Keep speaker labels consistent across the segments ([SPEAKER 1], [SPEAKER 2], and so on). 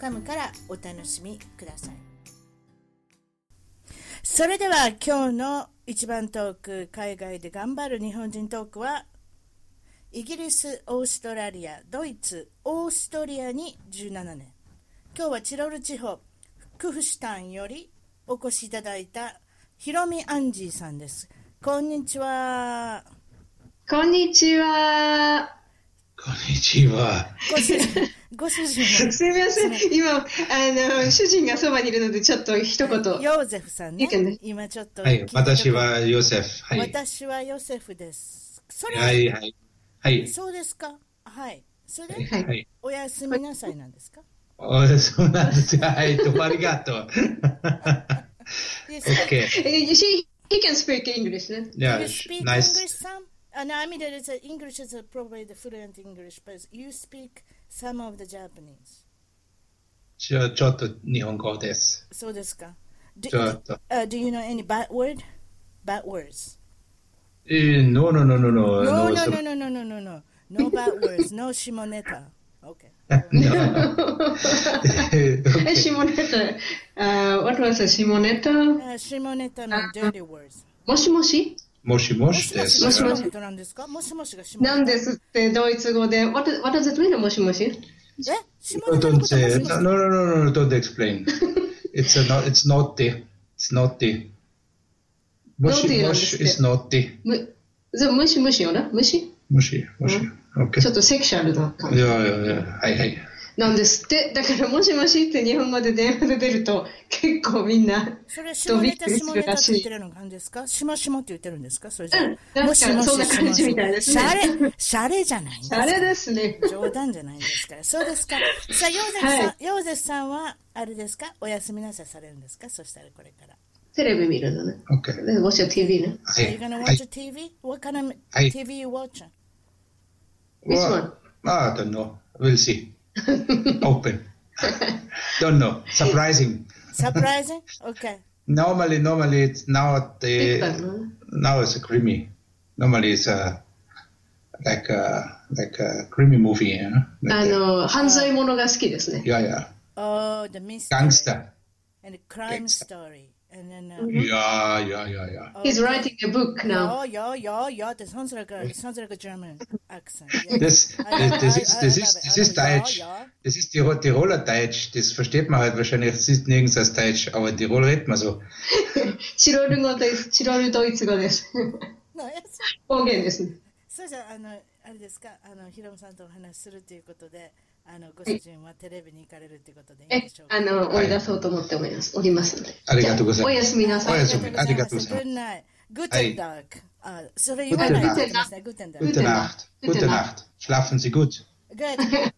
[SPEAKER 1] .com からお楽しみくださいそれでは今日の一番トーク海外で頑張る日本人トークはイギリスオーストラリアドイツオーストリアに17年今日はチロル地方クフシュタンよりお越しいただいたひろみアンジーさんですこんにちは
[SPEAKER 2] こんにちは。
[SPEAKER 3] こんにちは。
[SPEAKER 1] ご主 人ご主人の
[SPEAKER 2] すみません。今、あの、主人がそばにいるので、ちょっと一言。
[SPEAKER 1] ヨーゼフさんね
[SPEAKER 2] いいかね
[SPEAKER 1] 今ちょっと
[SPEAKER 3] はい、私
[SPEAKER 1] 聞い
[SPEAKER 3] はヨセフ。は
[SPEAKER 1] てくれ
[SPEAKER 3] い。は
[SPEAKER 1] 私はヨセフですそれ、
[SPEAKER 3] い、はい。はい。
[SPEAKER 1] そうですかはいそれ、
[SPEAKER 2] い
[SPEAKER 3] はい。
[SPEAKER 1] おやすみなさいなんですか
[SPEAKER 3] おそうなんですよ。はい、どうもありがとう。
[SPEAKER 1] Yes.
[SPEAKER 3] OK。
[SPEAKER 2] You see, he can speak English ね。
[SPEAKER 3] Yeah,
[SPEAKER 1] You speak English
[SPEAKER 3] nice.
[SPEAKER 1] some? Uh, no, I mean that it's, uh, English is uh, probably the fluent English, but you speak some of the Japanese.
[SPEAKER 3] ちょちょっと日本語です。
[SPEAKER 1] So this guy. Do,
[SPEAKER 3] ちょっと。
[SPEAKER 1] uh, do you know any bad word? Bad words.
[SPEAKER 3] えー、no, no, no, no, no.
[SPEAKER 1] No, no,
[SPEAKER 3] so-
[SPEAKER 1] no, no, no, no, no, no. No bad words. No shimoneta. Okay.
[SPEAKER 3] Okay.
[SPEAKER 2] え、シモネタ。あ、what was it? シモネタ。
[SPEAKER 1] Uh, shimoneta の dirty words.
[SPEAKER 2] もしもし
[SPEAKER 3] もしもしです。
[SPEAKER 1] も
[SPEAKER 2] も
[SPEAKER 1] し
[SPEAKER 2] し
[SPEAKER 1] も
[SPEAKER 2] も
[SPEAKER 1] し
[SPEAKER 2] し
[SPEAKER 1] が shimoneta なんですかもしもしが shimoneta。
[SPEAKER 2] なんですって、ドイツ語で。What, what does it mean? もしもし
[SPEAKER 1] え ?shimoneta の
[SPEAKER 3] Don't
[SPEAKER 1] こともし
[SPEAKER 3] say, no,
[SPEAKER 1] もし
[SPEAKER 3] no, no, no, no, don't explain. It's a not, it's naughty. It's naughty. もしもし is naughty.
[SPEAKER 2] む、そうむしむしよな。むし
[SPEAKER 3] もし、もし。OK
[SPEAKER 2] ちょ。っとセクシャルな感
[SPEAKER 3] い
[SPEAKER 2] じ。
[SPEAKER 3] やいやいや、はいはい。
[SPEAKER 2] なんですって。だから、もしもしって日本語で電話で出ると、結構みんな。
[SPEAKER 1] それは
[SPEAKER 2] ドビ
[SPEAKER 1] shimoneta
[SPEAKER 2] ッグする
[SPEAKER 1] shimoneta っ
[SPEAKER 2] ら
[SPEAKER 1] て
[SPEAKER 2] し
[SPEAKER 1] 言
[SPEAKER 2] い
[SPEAKER 1] ってるの感じですかしもしもって言ってるんですかそれじゃ
[SPEAKER 2] うん確かにそんな感じみたいですね
[SPEAKER 1] シャレ、シャレじゃないんですか
[SPEAKER 2] あれですね。
[SPEAKER 1] 冗談じゃないですから。そうですか。さあ、ヨーゼフさん、
[SPEAKER 2] は
[SPEAKER 1] ヨーゼフさんは、あれですかお休みなさいされるんですかそしたらこれから。
[SPEAKER 2] テレビ見るのね。
[SPEAKER 3] OK。
[SPEAKER 2] で、もしは TV ね。
[SPEAKER 3] は
[SPEAKER 1] Are you
[SPEAKER 3] い。
[SPEAKER 1] gonna
[SPEAKER 3] は
[SPEAKER 1] watch
[SPEAKER 3] い。
[SPEAKER 1] a TV? What kind of
[SPEAKER 3] はい
[SPEAKER 1] TV you watching?
[SPEAKER 2] Which one?
[SPEAKER 3] わあ、don't Ah, know. We'll see. Open. don't know. Surprising.
[SPEAKER 1] Surprising? Okay.
[SPEAKER 3] Normally, normally it's now at
[SPEAKER 2] Big
[SPEAKER 3] the
[SPEAKER 2] Bang,
[SPEAKER 3] now it's a creamy. Normally it's a like a like a creamy movie. You know?
[SPEAKER 2] ね
[SPEAKER 3] Like
[SPEAKER 2] あ
[SPEAKER 3] a,
[SPEAKER 2] の、犯罪者が好きですね。
[SPEAKER 3] yeah, yeah.
[SPEAKER 1] Oh, the mystery.
[SPEAKER 3] Gangster.
[SPEAKER 1] And the crime
[SPEAKER 3] Gangster.
[SPEAKER 1] story. And then, uh,
[SPEAKER 3] Yeah, yeah, yeah, yeah.
[SPEAKER 2] He's writing a book now.
[SPEAKER 1] Oh, yeah, yeah, yeah. That sounds like a, it sounds like a German accent. Yeah.
[SPEAKER 3] Das,
[SPEAKER 1] Oh. I-
[SPEAKER 3] das, das
[SPEAKER 1] I-
[SPEAKER 3] ist,
[SPEAKER 1] I-
[SPEAKER 3] das
[SPEAKER 1] I love
[SPEAKER 3] ist,
[SPEAKER 1] it.
[SPEAKER 3] das
[SPEAKER 1] I
[SPEAKER 3] ist
[SPEAKER 1] love it.
[SPEAKER 3] Deutsch.
[SPEAKER 1] Ja, ja.
[SPEAKER 3] Das ist Tirol- Tiroler Deutsch. Das versteht man halt wahrscheinlich. Es ist nirgends als Deutsch, aber in Tirol redet man so.
[SPEAKER 2] チロル語です。チロルドイツ語です。
[SPEAKER 1] No, it's-
[SPEAKER 2] 方言ですね。
[SPEAKER 1] そうじゃあのあれですかあのヒロムさんとお話しするということであのご主人はテレビに行かれるということでいい
[SPEAKER 2] え
[SPEAKER 1] でしょう、か
[SPEAKER 2] あの、追い出そうと思っております。おりますので。
[SPEAKER 3] ありがとうございます
[SPEAKER 2] じゃおやすみなさ
[SPEAKER 3] お
[SPEAKER 2] い。
[SPEAKER 3] やすみありがとうございます
[SPEAKER 1] グッナイグッ
[SPEAKER 3] は
[SPEAKER 1] テン
[SPEAKER 3] い
[SPEAKER 1] ダークあそれ言わないといけませんグッテン ダーク
[SPEAKER 3] Gute
[SPEAKER 2] Gute
[SPEAKER 3] Nacht.
[SPEAKER 2] Nacht.
[SPEAKER 3] Gute
[SPEAKER 2] Gute
[SPEAKER 3] Nacht. Schlafen Sie gut.
[SPEAKER 1] グッグッ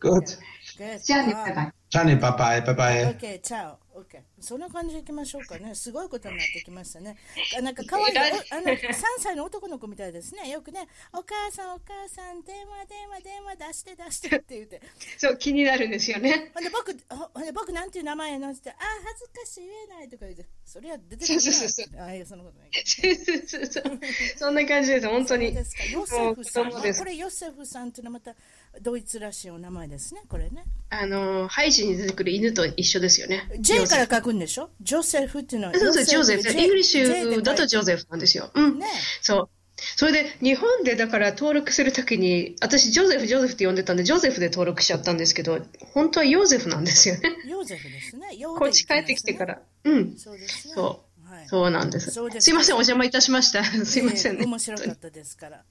[SPEAKER 3] グッ
[SPEAKER 1] グッ
[SPEAKER 2] じゃあね、バイバイ。
[SPEAKER 3] Gianni, ne, bye bye, bye
[SPEAKER 1] オッ
[SPEAKER 3] bye.
[SPEAKER 1] ケー、チャオ、オッケー。そんな感じでいきましょうかね。すごいことになってきましたね。あなんか可愛い、おあの3歳の男の子みたいですね。よくね、お母さん、お母さん、電話、電話、電話、出して、出してって言って。
[SPEAKER 2] そう、気になるんですよね。
[SPEAKER 1] ほんで僕、ほほんで僕なんていう名前やのって、あー、恥ずかしい言えないとか言って、それは出てくる
[SPEAKER 2] そうそうそう
[SPEAKER 1] な。ああ、いや、そんなことない。
[SPEAKER 2] そうそうそうそんな感じです。本当
[SPEAKER 1] そう
[SPEAKER 2] に
[SPEAKER 1] で。すか、ヨセフさん。
[SPEAKER 2] もう子供です
[SPEAKER 1] これヨセフさんっていうのはまたドイツらしいお名前ですね、これね。
[SPEAKER 2] あの、ハイジに出てくる犬と一緒ですよね。
[SPEAKER 1] J か
[SPEAKER 2] ジョゼ
[SPEAKER 1] ら書くんでしょジョセフっていうのは。
[SPEAKER 2] フそうそう、ジョゼフ。イングリッシ
[SPEAKER 1] J で書い
[SPEAKER 2] ュ
[SPEAKER 1] て
[SPEAKER 2] だとジョゼフなんですよ。うん。
[SPEAKER 1] ね
[SPEAKER 2] そう。それで、日本でだから登録するときに、私、ジョゼフ、ジョゼフって呼んでたんで、ジョゼフで登録しちゃったんですけど、本当はヨーゼフなんですよね。
[SPEAKER 1] ヨーゼフですね。ヨーゼフ
[SPEAKER 2] こっち帰ってきてから。うん。
[SPEAKER 1] そうですね。。
[SPEAKER 2] そう
[SPEAKER 1] はい。
[SPEAKER 2] そうなんです。
[SPEAKER 1] そうです
[SPEAKER 2] すいません、お邪魔いたしました。すいません
[SPEAKER 1] ええ
[SPEAKER 2] ね。
[SPEAKER 1] 面白かったですから。はい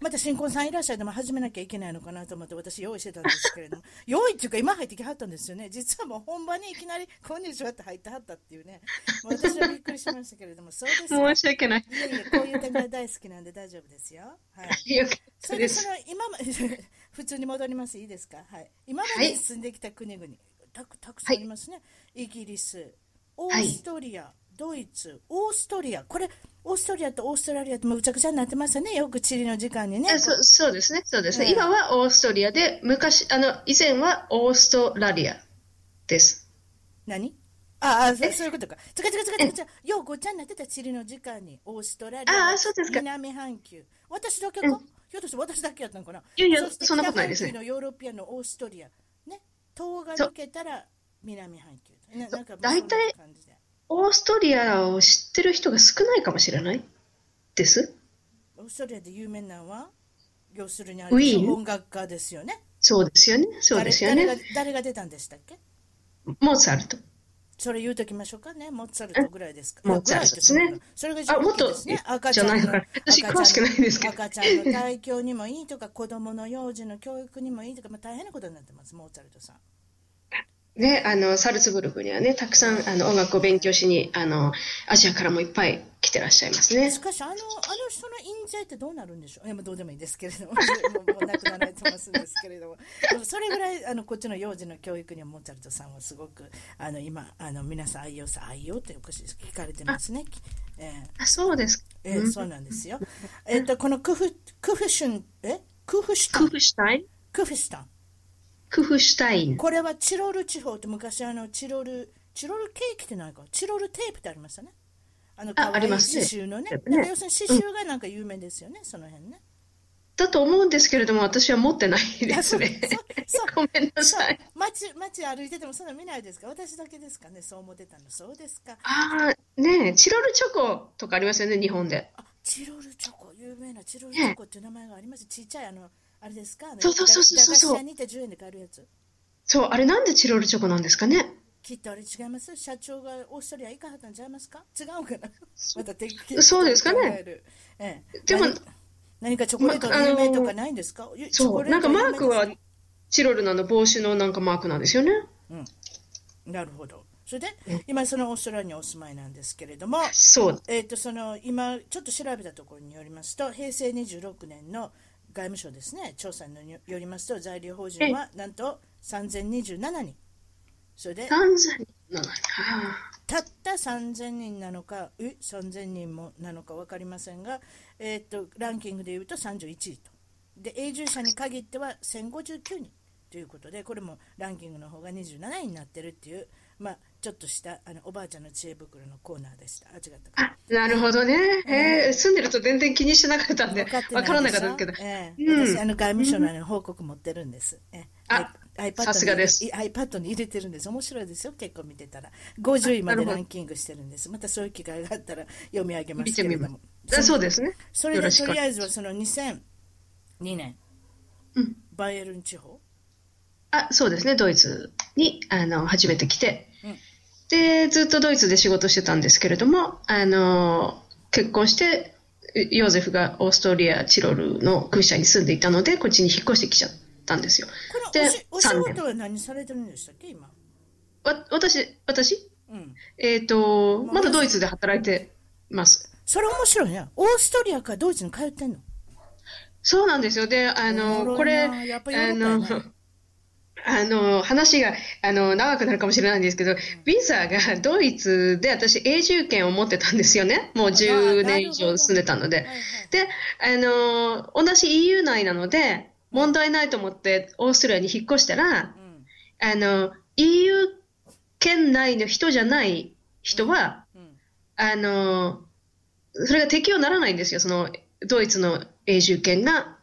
[SPEAKER 1] また新婚さんいらっしゃいでも始めなきゃいけないのかなと思って私用意してたんですけれど も、用意っていうか今入ってきはったんですよね。実はもう本番にいきなりこんにちはって入ってはったっていうね。もう私はびっくりしましたけれども、そうですか。い
[SPEAKER 2] 申し訳ない。
[SPEAKER 1] えいえ、こういう展開大好きなんで大丈夫ですよ。はい。
[SPEAKER 2] よかっ
[SPEAKER 1] そ
[SPEAKER 2] た
[SPEAKER 1] れで
[SPEAKER 2] で
[SPEAKER 1] そ
[SPEAKER 2] す。
[SPEAKER 1] の今ま普通に戻りますいいですか。はい。今ま
[SPEAKER 2] は
[SPEAKER 1] で
[SPEAKER 2] い
[SPEAKER 1] 進んできた国々、たくたくさんありますね、イギリス、オーストリア、ドイツ、オーストリア、これ、オーストリアとオーストラリアとむちゃくちゃになってますよね、よく地理の時間にね。
[SPEAKER 2] あそうそうですね、そうですね、
[SPEAKER 1] うん
[SPEAKER 2] 今はオーストリアで、昔、あの、以前はオーストラリアです。
[SPEAKER 1] 何ああ、そうそういうことか。つかつかつかつかつか、ようごっちゃになってた地理の時間に、オーストラリア、
[SPEAKER 2] あーそうですか
[SPEAKER 1] 南半球、私だけか、
[SPEAKER 2] うん
[SPEAKER 1] ひょっとして私だけやったのかな。
[SPEAKER 2] いやいや
[SPEAKER 1] して
[SPEAKER 2] そんなことないですね
[SPEAKER 1] 北半球のヨーロピアのオーストリア、ね、東が抜けたら南半球。ななんかもう
[SPEAKER 2] 大体
[SPEAKER 1] そんな感じで
[SPEAKER 2] オーストリアを知ってる人が少ないかもしれないです。
[SPEAKER 1] オーストリアで有名なのは、要するにあ
[SPEAKER 2] ウィー
[SPEAKER 1] れ
[SPEAKER 2] ン
[SPEAKER 1] 音楽家ですよね。
[SPEAKER 2] そうですよね、そうですよ
[SPEAKER 1] 誰誰
[SPEAKER 2] ね
[SPEAKER 1] が。誰が出たんでしたっけ
[SPEAKER 2] モーツァルト。
[SPEAKER 1] それ言うときましょうかね、モッツァルトぐらいですか。
[SPEAKER 2] うんモッツァルトですね
[SPEAKER 1] いやぐらいってそんなそれが
[SPEAKER 2] あもっと
[SPEAKER 1] 上級ですね、赤
[SPEAKER 2] じ
[SPEAKER 1] ちゃ
[SPEAKER 2] ゃ
[SPEAKER 1] んの
[SPEAKER 2] ないから
[SPEAKER 1] 赤ち
[SPEAKER 2] 私
[SPEAKER 1] ゃんの
[SPEAKER 2] 詳しくないですけど
[SPEAKER 1] 赤ちゃんの体教にもいいとか、子供の幼児の教育にもいいとか、まあ、大変なことになってます、モーツァルトさん。
[SPEAKER 2] ね、あの、サルツブルクにはね、たくさんあの音楽を勉強しに、あの、アジアからもいっぱい来てらっしゃいますね
[SPEAKER 1] し。かし、あのあの人の印税ってどうなるんでしょう、いやまあどうでもいいですけれど も、もうもう亡くなられてますんですけれども、でもそれぐらいあのこっちの幼児の教育にはモーツァルトさんはすごくあの今あの、皆さん愛用さ、愛用っておかしいです聞かれてますね。きええ
[SPEAKER 2] あ、そうですか。
[SPEAKER 1] えーそうなんですよ。えっと、このクフ、クフシュン、えクフシュタ
[SPEAKER 2] ク
[SPEAKER 1] ン、
[SPEAKER 2] フシュタイン
[SPEAKER 1] クフシュタン。
[SPEAKER 2] クフシュタイン。
[SPEAKER 1] これはチロル地方って昔あのチロル、チロルケーキってないか、チロルテープってありましたね。あの、
[SPEAKER 2] あ
[SPEAKER 1] かわ
[SPEAKER 2] あ
[SPEAKER 1] いい
[SPEAKER 2] り
[SPEAKER 1] 刺
[SPEAKER 2] ますね
[SPEAKER 1] 繍のね。
[SPEAKER 2] やっぱ
[SPEAKER 1] な
[SPEAKER 2] ね
[SPEAKER 1] んか要するに刺繍がなんか有名ですよね、その辺ね。
[SPEAKER 2] だと思うんですけれども、私は持ってないです
[SPEAKER 1] そう
[SPEAKER 2] ね。
[SPEAKER 1] そう
[SPEAKER 2] ごめんな
[SPEAKER 1] そう
[SPEAKER 2] さい。
[SPEAKER 1] 街、街歩いててもそんな見ないですか私だけですかね、そう思ってたの。そうですか。
[SPEAKER 2] ああ、ねえ、チロルチョコとかありますよね、日本で。
[SPEAKER 1] あ、チロルチョコ、有名なチロルチョコっていう名前があります。ちっちゃいあの、あれですかあの
[SPEAKER 2] そうそうそうそうそうそう
[SPEAKER 1] 駄菓子屋に行って10円で買えるやつ。
[SPEAKER 2] そう、あれなんでチロルチョコなんですかね。
[SPEAKER 1] きっとあれ違います社長がオーストリア行かはったんちゃいますか違うかなまた敵
[SPEAKER 2] そうですかね。
[SPEAKER 1] ええ、
[SPEAKER 2] でも
[SPEAKER 1] 何何かチョコレートの有名とかないんですか、ゆチョ
[SPEAKER 2] そ
[SPEAKER 1] コ
[SPEAKER 2] う、
[SPEAKER 1] レー
[SPEAKER 2] な
[SPEAKER 1] ト
[SPEAKER 2] んかマーク
[SPEAKER 1] 有名
[SPEAKER 2] は
[SPEAKER 1] ですか
[SPEAKER 2] チロルのあの帽子のなんかマークなんですよね。
[SPEAKER 1] なるほど。それで、今そのオーストラリアにお住まいなんですけれども、
[SPEAKER 2] そう。
[SPEAKER 1] えっ、とその今ちょっと調べたところによりますと、平成26年の外務省ですね調査によりますと在留邦人はなんと3027人。それで
[SPEAKER 2] タンザニアなのにあ
[SPEAKER 1] たった3000人なのか、え3000人もなのか分かりませんが、えーっとランキングでいうと31位と、で永住者に限っては1059人ということで、これもランキングの方が27位になってるっていう、まあ、ちょっとしたあのおばあちゃんの知恵袋のコーナーでした。あ違ったか
[SPEAKER 2] あ。あ、なるほどね。へえ、住んでると全然気にしてなかったんで、
[SPEAKER 1] 分かって
[SPEAKER 2] わからな
[SPEAKER 1] で
[SPEAKER 2] かっ
[SPEAKER 1] したょ
[SPEAKER 2] んですけど。
[SPEAKER 1] ええ
[SPEAKER 2] うん
[SPEAKER 1] 私、あの外務省のあの報告持ってるんです。ええ
[SPEAKER 2] あ
[SPEAKER 1] iPad に
[SPEAKER 2] さすがです
[SPEAKER 1] い iPad に入れてるんです。面白いですよ。結構見てたら。50位まで
[SPEAKER 2] なるほど
[SPEAKER 1] ランキングしてるんです。またそういう機会があったら読み上げま
[SPEAKER 2] 見
[SPEAKER 1] すけ
[SPEAKER 2] て
[SPEAKER 1] れど
[SPEAKER 2] みます
[SPEAKER 1] も。。
[SPEAKER 2] あそうですね。
[SPEAKER 1] それ
[SPEAKER 2] よろ
[SPEAKER 1] で
[SPEAKER 2] し
[SPEAKER 1] と
[SPEAKER 2] く
[SPEAKER 1] り。あえずはその2002年、
[SPEAKER 2] うん
[SPEAKER 1] バイエルン地方、
[SPEAKER 2] あ、そうですね。ドイツに、あの、初めて来て
[SPEAKER 1] うん。
[SPEAKER 2] で、ずっとドイツで仕事してたんですけれども、あの、結婚して、ヨーゼフがオーストリア、チロルの空社に住んでいたので、こっちに引っ越してきちゃったんですよ。
[SPEAKER 1] この
[SPEAKER 2] で
[SPEAKER 1] おしお仕
[SPEAKER 2] 三年
[SPEAKER 1] 事は何されてるんでしたっけ、今。
[SPEAKER 2] わ、私、私
[SPEAKER 1] うん、
[SPEAKER 2] えっ、と、まだドイツで働いてます。
[SPEAKER 1] それ面白いね。オーストリアからドイツに通ってんの。
[SPEAKER 2] そうなんですよ。で、あ
[SPEAKER 1] おもろいな
[SPEAKER 2] の、これ、
[SPEAKER 1] やっ
[SPEAKER 2] あ
[SPEAKER 1] ぱヨーロッ
[SPEAKER 2] の
[SPEAKER 1] パやな、
[SPEAKER 2] あの、話が、あの、長くなるかもしれないんですけど、ビザがドイツで私永住権を持ってたんですよね。もう10年以上住んでたので。
[SPEAKER 1] はいはい
[SPEAKER 2] で、あの、同じ EU 内なので、問題ないと思ってオーストラリアに引っ越したら、
[SPEAKER 1] うん
[SPEAKER 2] あの、EU 圏内の人じゃない人は、
[SPEAKER 1] うん
[SPEAKER 2] あの、それが適用にならないんですよ、その、ドイツの永住権が。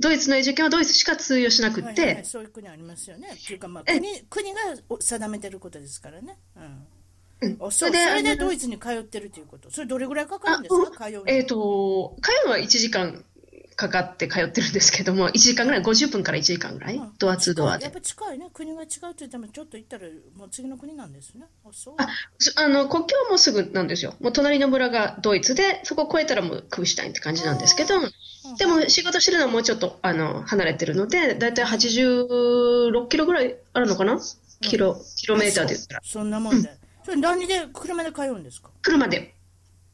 [SPEAKER 2] ドイツの永住権はドイツしか通用しなく
[SPEAKER 1] はい
[SPEAKER 2] っ
[SPEAKER 1] はいは
[SPEAKER 2] て
[SPEAKER 1] い、、そういう国ありますよね。っていうか、まあ、
[SPEAKER 2] え
[SPEAKER 1] 国国がお定めてることですからね。う、
[SPEAKER 2] うんん
[SPEAKER 1] あ
[SPEAKER 2] そ
[SPEAKER 1] そう
[SPEAKER 2] れ
[SPEAKER 1] そ
[SPEAKER 2] で
[SPEAKER 1] れ
[SPEAKER 2] あ
[SPEAKER 1] で
[SPEAKER 2] の
[SPEAKER 1] ドイツに通ってるということ、それどれぐらいかかる
[SPEAKER 2] あ
[SPEAKER 1] んです
[SPEAKER 2] うん
[SPEAKER 1] か、通うのに
[SPEAKER 2] えっと、通うのは1時間かかって通ってるんですけども、1時間ぐらい、50分から1時間ぐらい、ドアツードア
[SPEAKER 1] やっ
[SPEAKER 2] で。
[SPEAKER 1] ぱ近いね、国が違うといっても、ちょっと行ったら、もう次の国なんですね。あそう
[SPEAKER 2] あそあの、国境もすぐなんですよ。もう隣の村がドイツで、そこを越えたらもう空シュタインって感じなんですけど、でも仕事してるのはもうちょっと、あの、離れてるので、だいたい86キロぐらいあるのかなキロ、キロメーターで言ったら。
[SPEAKER 1] そんなもんで、それ何で車で通うんですか
[SPEAKER 2] 車で、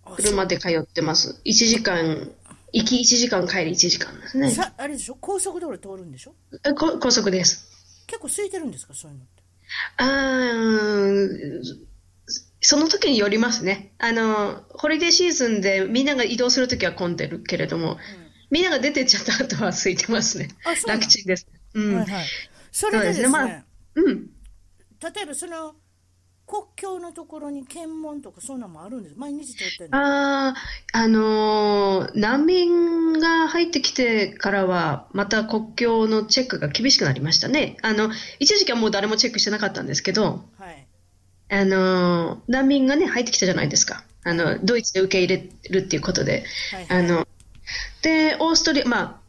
[SPEAKER 1] あ
[SPEAKER 2] 車で通ってます。1時間、行き1時間、帰り1時間ですね。
[SPEAKER 1] さあれでしょ高速道路通るんでしょ
[SPEAKER 2] えこ高速です。
[SPEAKER 1] 結構空いてるんですかそういうのって
[SPEAKER 2] あーその時によりますね。あの、ホリデーシーズンでみんなが移動するときは混んでるけれども、みんなが出てっちゃった後は空いてますね。
[SPEAKER 1] あそうなの
[SPEAKER 2] 楽ちんです。うん。
[SPEAKER 1] はいはい、それでですね、
[SPEAKER 2] そうですねうん。
[SPEAKER 1] 例えばその国境のところに検問とかそんなんもあるんです毎日通ってるの
[SPEAKER 2] ああ、あのー難民が入ってきてからは、また国境のチェックが厳しくなりましたね。あの、一時期はもう誰もチェックしてなかったんですけど、
[SPEAKER 1] はい
[SPEAKER 2] あのー難民がね、入ってきたじゃないですか。あの、ドイツで受け入れるっていうことで。
[SPEAKER 1] はいはい
[SPEAKER 2] あの、で、オーストリア、ま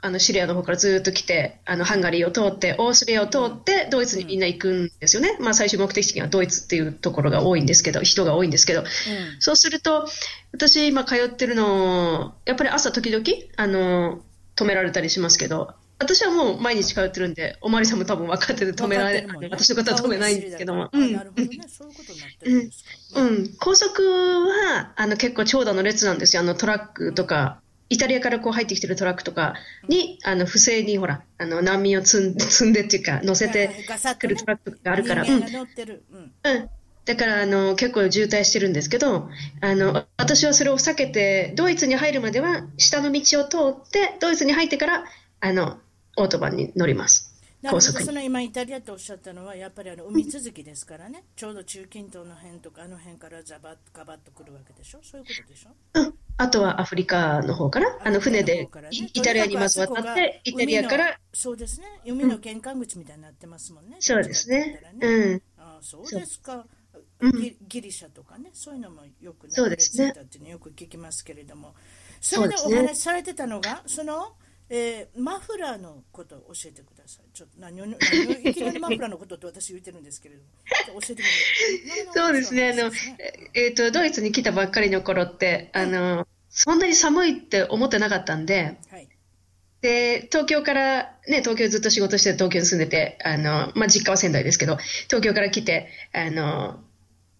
[SPEAKER 2] あ、あの、シリアの方からずっと来て、あの、ハンガリーを通って、オーストリアを通って、ドイツにみんな行くんですよね。まあ、最終目的地にはドイツっていうところが多いんですけど、人が多いんですけど、そうすると、私今通ってるの、やっぱり朝時々、あの、止められたりしますけど、私はもう毎日通ってるんで、おまわりさんも多分分かってて止めら
[SPEAKER 1] わかっ
[SPEAKER 2] れ、
[SPEAKER 1] てるもんね
[SPEAKER 2] 私のことは止めないんですけども。
[SPEAKER 1] あなるほどね、そういうことになってるんですか、
[SPEAKER 2] うん、高速はあの結構長蛇の列なんですよ、あのトラックとか、イタリアからこう入ってきてるトラックとかに、あの不正にほらあの難民を積ん 積んでっていうか、乗せて
[SPEAKER 1] ガサッと
[SPEAKER 2] く
[SPEAKER 1] ね
[SPEAKER 2] るトラックがあるから、
[SPEAKER 1] 人間が乗ってる、うん、
[SPEAKER 2] うんうん、だからあの結構渋滞してるんですけどあの、私はそれを避けて、ドイツに入るまでは下の道を通って、ドイツに入ってからあのオートバンに乗ります、
[SPEAKER 1] なるほ
[SPEAKER 2] 高
[SPEAKER 1] ど
[SPEAKER 2] 速に
[SPEAKER 1] そ。の今イタリアとおっしゃったのはやっぱりあの海続きですからねちょうど中近東の辺とかあの辺からザバッとガバッとくるわけでしょそういうことでしょ
[SPEAKER 2] うんあとはアフリカの方から、あの船
[SPEAKER 1] アフリカの
[SPEAKER 2] で
[SPEAKER 1] 方からね
[SPEAKER 2] イイタリアにまず渡って、イ
[SPEAKER 1] と
[SPEAKER 2] タ
[SPEAKER 1] に
[SPEAKER 2] リ
[SPEAKER 1] か
[SPEAKER 2] ア
[SPEAKER 1] くあそこが海のそう
[SPEAKER 2] から、
[SPEAKER 1] ですね海の玄関口みたいになってますもんね、
[SPEAKER 2] そうですね
[SPEAKER 1] どっちかって。言ったら
[SPEAKER 2] うん。
[SPEAKER 1] ああそうですか、ギギリシャとかねそういうのもよくね
[SPEAKER 2] そうですね
[SPEAKER 1] 流れ着いたっていうのよく聞きますけれどもそれで
[SPEAKER 2] そう
[SPEAKER 1] お
[SPEAKER 2] ですね
[SPEAKER 1] 話しされてたのがその、えーマフラーのことを教えてくださいちょっと何を何をいきな りマフラーのことって私言ってるんですけれどもちょっと教えてください
[SPEAKER 2] そうですね、あの、ええっと、ドイツに来たばっかりの頃って、あの、そんなに寒いって思ってなかったんで、
[SPEAKER 1] はい
[SPEAKER 2] で、東京から、ね、東京ずっと仕事して東京に住んでて、あの、まあ、実家は仙台ですけど、東京から来て、あの、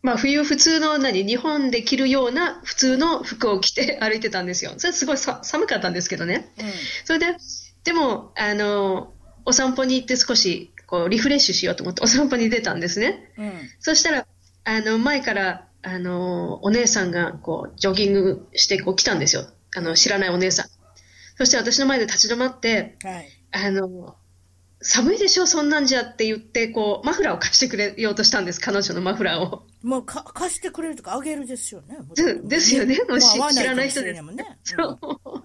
[SPEAKER 2] まあ、冬普通の何、日本で着るような普通の服を着て 歩いてたんですよ。それすごいさ寒かったんですけどね。
[SPEAKER 1] うん
[SPEAKER 2] それで、でも、あの、お散歩に行って少し、こう、リフレッシュしようと思ってお散歩に出たんですね。
[SPEAKER 1] うん
[SPEAKER 2] そしたら、あの、前から、あの、お姉さんが、こう、ジョギングして、こう、来たんですよ。あの、知らないお姉さん。そして私の前で立ち止まって、
[SPEAKER 1] はい
[SPEAKER 2] あの、寒いでしょ、そんなんじゃって言って、こう、マフラーを貸してくれようとしたんです、彼女のマフラーを。
[SPEAKER 1] もうか貸してくれるとかあげるですよね。
[SPEAKER 2] でですよね
[SPEAKER 1] もう
[SPEAKER 2] もし
[SPEAKER 1] 合わ
[SPEAKER 2] 知らない人
[SPEAKER 1] かもしれ
[SPEAKER 2] で
[SPEAKER 1] な
[SPEAKER 2] す
[SPEAKER 1] いもんね。
[SPEAKER 2] そう。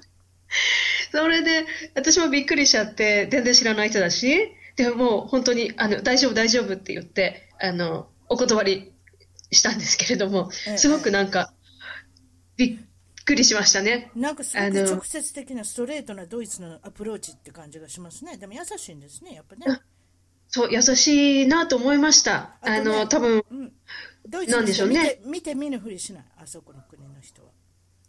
[SPEAKER 2] それで、私もびっくりしちゃって、全然知らない人だし、でもう本当に、あの、大丈夫、大丈夫って言って、あの、お断りしたんですけれども、
[SPEAKER 1] ええ
[SPEAKER 2] すごくなんか、びっくりしましたね。
[SPEAKER 1] うんなんかすご
[SPEAKER 2] あ
[SPEAKER 1] く
[SPEAKER 2] の
[SPEAKER 1] 直接的なストレートなドイツのアプローチって感じがしますね。でも優しいんですね、やっぱね。
[SPEAKER 2] そう、優しいなと思いました。
[SPEAKER 1] あ
[SPEAKER 2] あ
[SPEAKER 1] とね
[SPEAKER 2] の、多分、
[SPEAKER 1] うん、ドイツ
[SPEAKER 2] なんでしょう
[SPEAKER 1] の人は
[SPEAKER 2] ね
[SPEAKER 1] 見て見て見ぬふりしない、あそこの国の人は。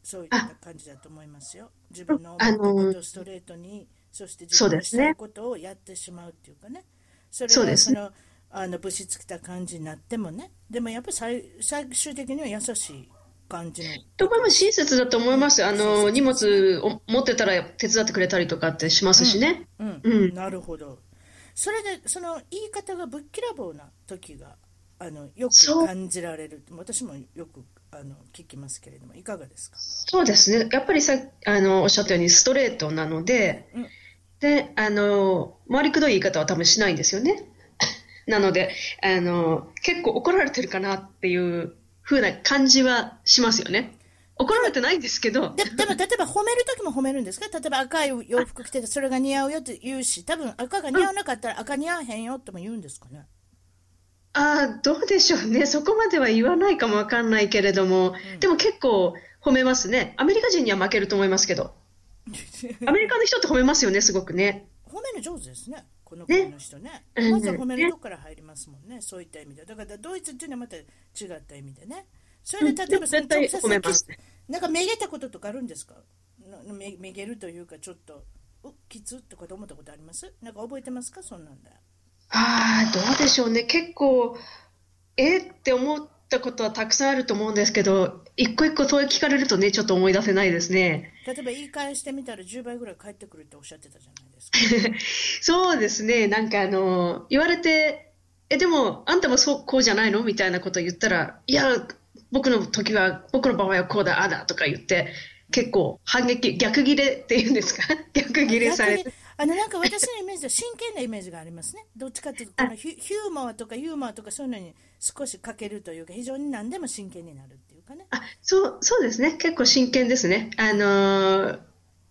[SPEAKER 1] そういった感じだと思いますよ。自分の思ったことをストレートに、そして自
[SPEAKER 2] そう
[SPEAKER 1] 分の
[SPEAKER 2] で
[SPEAKER 1] し
[SPEAKER 2] す
[SPEAKER 1] た
[SPEAKER 2] ね
[SPEAKER 1] いことをやってしまうっていうかね。それ
[SPEAKER 2] そう
[SPEAKER 1] は
[SPEAKER 2] で
[SPEAKER 1] そ
[SPEAKER 2] す
[SPEAKER 1] の、あの、ぶしつきた感じになってもね。でもやっぱり最最終的には優しい感じの。
[SPEAKER 2] ところも親切だと思います。あの、荷物を持ってたら手伝ってくれたりとかってしますしね。
[SPEAKER 1] うん、
[SPEAKER 2] うん
[SPEAKER 1] なるほど。それでその言い方がぶっきらぼうな時があのよ
[SPEAKER 2] そ
[SPEAKER 1] く
[SPEAKER 2] う
[SPEAKER 1] 感じられる。私もよくあの聞きますけれども、いかがですか。
[SPEAKER 2] そうですね。やっぱりさ、あの、おっしゃったようにストレートなので、
[SPEAKER 1] うん
[SPEAKER 2] で、あの、回りくどい言い方は多分しないんですよね。 なので、あの、結構怒られてるかなっていう風な感じはしますよね。怒られてないんですけど、
[SPEAKER 1] ででも例えば褒める時も褒めるんですか。例えば赤い洋服着ててそれが似合うよって言うし、多分赤が似合わなかったら赤似合わへんよとも言うんですかね。
[SPEAKER 2] ああ、どうでしょうね。そこまでは言わないかもわかんないけれども、でも結構褒めますね。アメリカ人には負けると思いますけど。アメリカの人って褒めますよね、すごくね。
[SPEAKER 1] 褒める上手ですね。この国の人ね。
[SPEAKER 2] うん
[SPEAKER 1] まずは褒めるとこから入りますもんね。そういった意味で。だからドイツっていうのはまた違った意味でね。それで例えばその
[SPEAKER 2] 絶対
[SPEAKER 1] 直接
[SPEAKER 2] 褒めます。
[SPEAKER 1] なんかめげたこととかあるんですかなめめげるというかちょっとうきつってこと思ったことありますなんか覚えてますかそんなんだ
[SPEAKER 2] ああ、どうでしょうね。結構、えーって思ったことはたくさんあると思うんですけど、一個一個問い聞かれるとね、ちょっと思い出せないですね。
[SPEAKER 1] 例えば言い返してみたら10倍ぐらい返ってくるっておっしゃってたじゃないですか
[SPEAKER 2] そうですね。なんかあの、言われて、え、でも、あんたもそう、こうじゃないのみたいなこと言ったら、いや、僕の時は、僕の場合はこうだ、ああだとか言って、結構反撃、逆ギレっていうんですか 逆 ギレされ
[SPEAKER 1] 逆
[SPEAKER 2] て
[SPEAKER 1] に。あのなんか私のイメージは真剣なイメージがありますね。どっちかというとこのヒュヒューモアとかユーモアとかそういうのに少し欠けるというか非常に何でも真剣になるっていうかね。
[SPEAKER 2] あ、そう、そうですね。結構真剣ですね。あのー、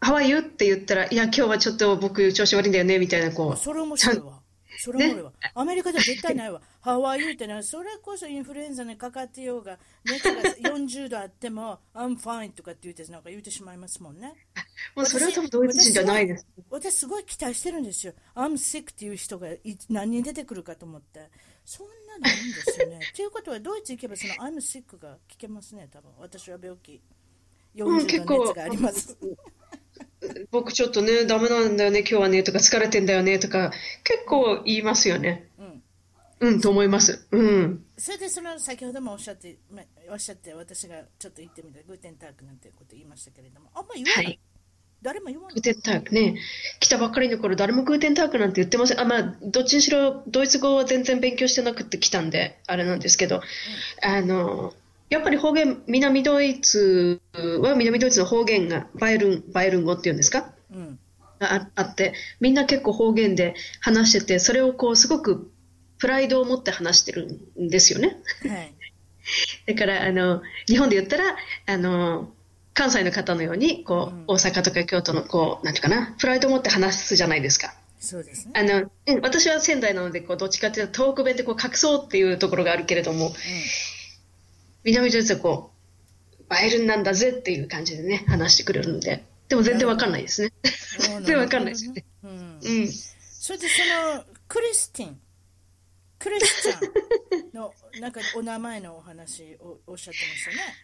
[SPEAKER 2] ハワイユって言ったら、いや、今日はちょっと僕調子悪いんだよね、みたいな、こう。
[SPEAKER 1] それ面白いわ。それ面白いわ。アメリカでは絶対ないわ。 ハワイユーってのはそれこそインフルエンザにかかってようが熱が40度あっても I'm fine とかって言ってなんか言ってしまいますもんね。
[SPEAKER 2] もうそれは多分ドイツ人じゃないです。
[SPEAKER 1] 私すごい期待してるんですよ。I'm sick っていう人がい何人出てくるかと思って。そんなのいいんです よね。ということはドイツ行けばその I'm sick が聞けますね、多分私は病気。
[SPEAKER 2] うん
[SPEAKER 1] 40
[SPEAKER 2] 結
[SPEAKER 1] 度
[SPEAKER 2] 構
[SPEAKER 1] 熱があります。
[SPEAKER 2] 僕ちょっとね、ダメなんだよね、今日はね、とか、疲れてんだよね、とか、結構言いますよね。
[SPEAKER 1] うん
[SPEAKER 2] うん、と思います。うん。
[SPEAKER 1] それでその先ほどもおっしゃって、まおっしゃって私がちょっと言ってみたグーテンタークなんてこと言いましたけれども、あんま言わない。
[SPEAKER 2] はい
[SPEAKER 1] 誰も言わな
[SPEAKER 2] グー
[SPEAKER 1] い。
[SPEAKER 2] テンタークね。来たばっかりの頃、誰もグーテンタークなんて言ってません。あ、まあ、どっちにしろ、ドイツ語は全然勉強してなくて来たんで、あれなんですけど、あの、やっぱり方言、南ドイツは南ドイツの方言が、バイルン、バイルン語っていうんですか
[SPEAKER 1] うん。
[SPEAKER 2] がああってみんな結構方言で話しててそれをこうすごくプライドを持って話してるんですよね
[SPEAKER 1] はい。
[SPEAKER 2] だからあの日本で言ったらあの関西の方のようにこう、
[SPEAKER 1] うん
[SPEAKER 2] 大阪とか京都のこうなんていうかなプライドを持って話すじゃないですか
[SPEAKER 1] そうですね。
[SPEAKER 2] あの、うん、私は仙台なのでこうどっちかっていうと東北弁でこう隠そうっていうところがあるけれども南ドイツはこうバイルンなんだぜっていう感じでね話してくれるのででも全然わかんないですね
[SPEAKER 1] う
[SPEAKER 2] 全然わかんないですよね。
[SPEAKER 1] うんうん
[SPEAKER 2] うん
[SPEAKER 1] それでそのクリスティン、クリスチャンのなんかお名前のお話をおっしゃってましたね。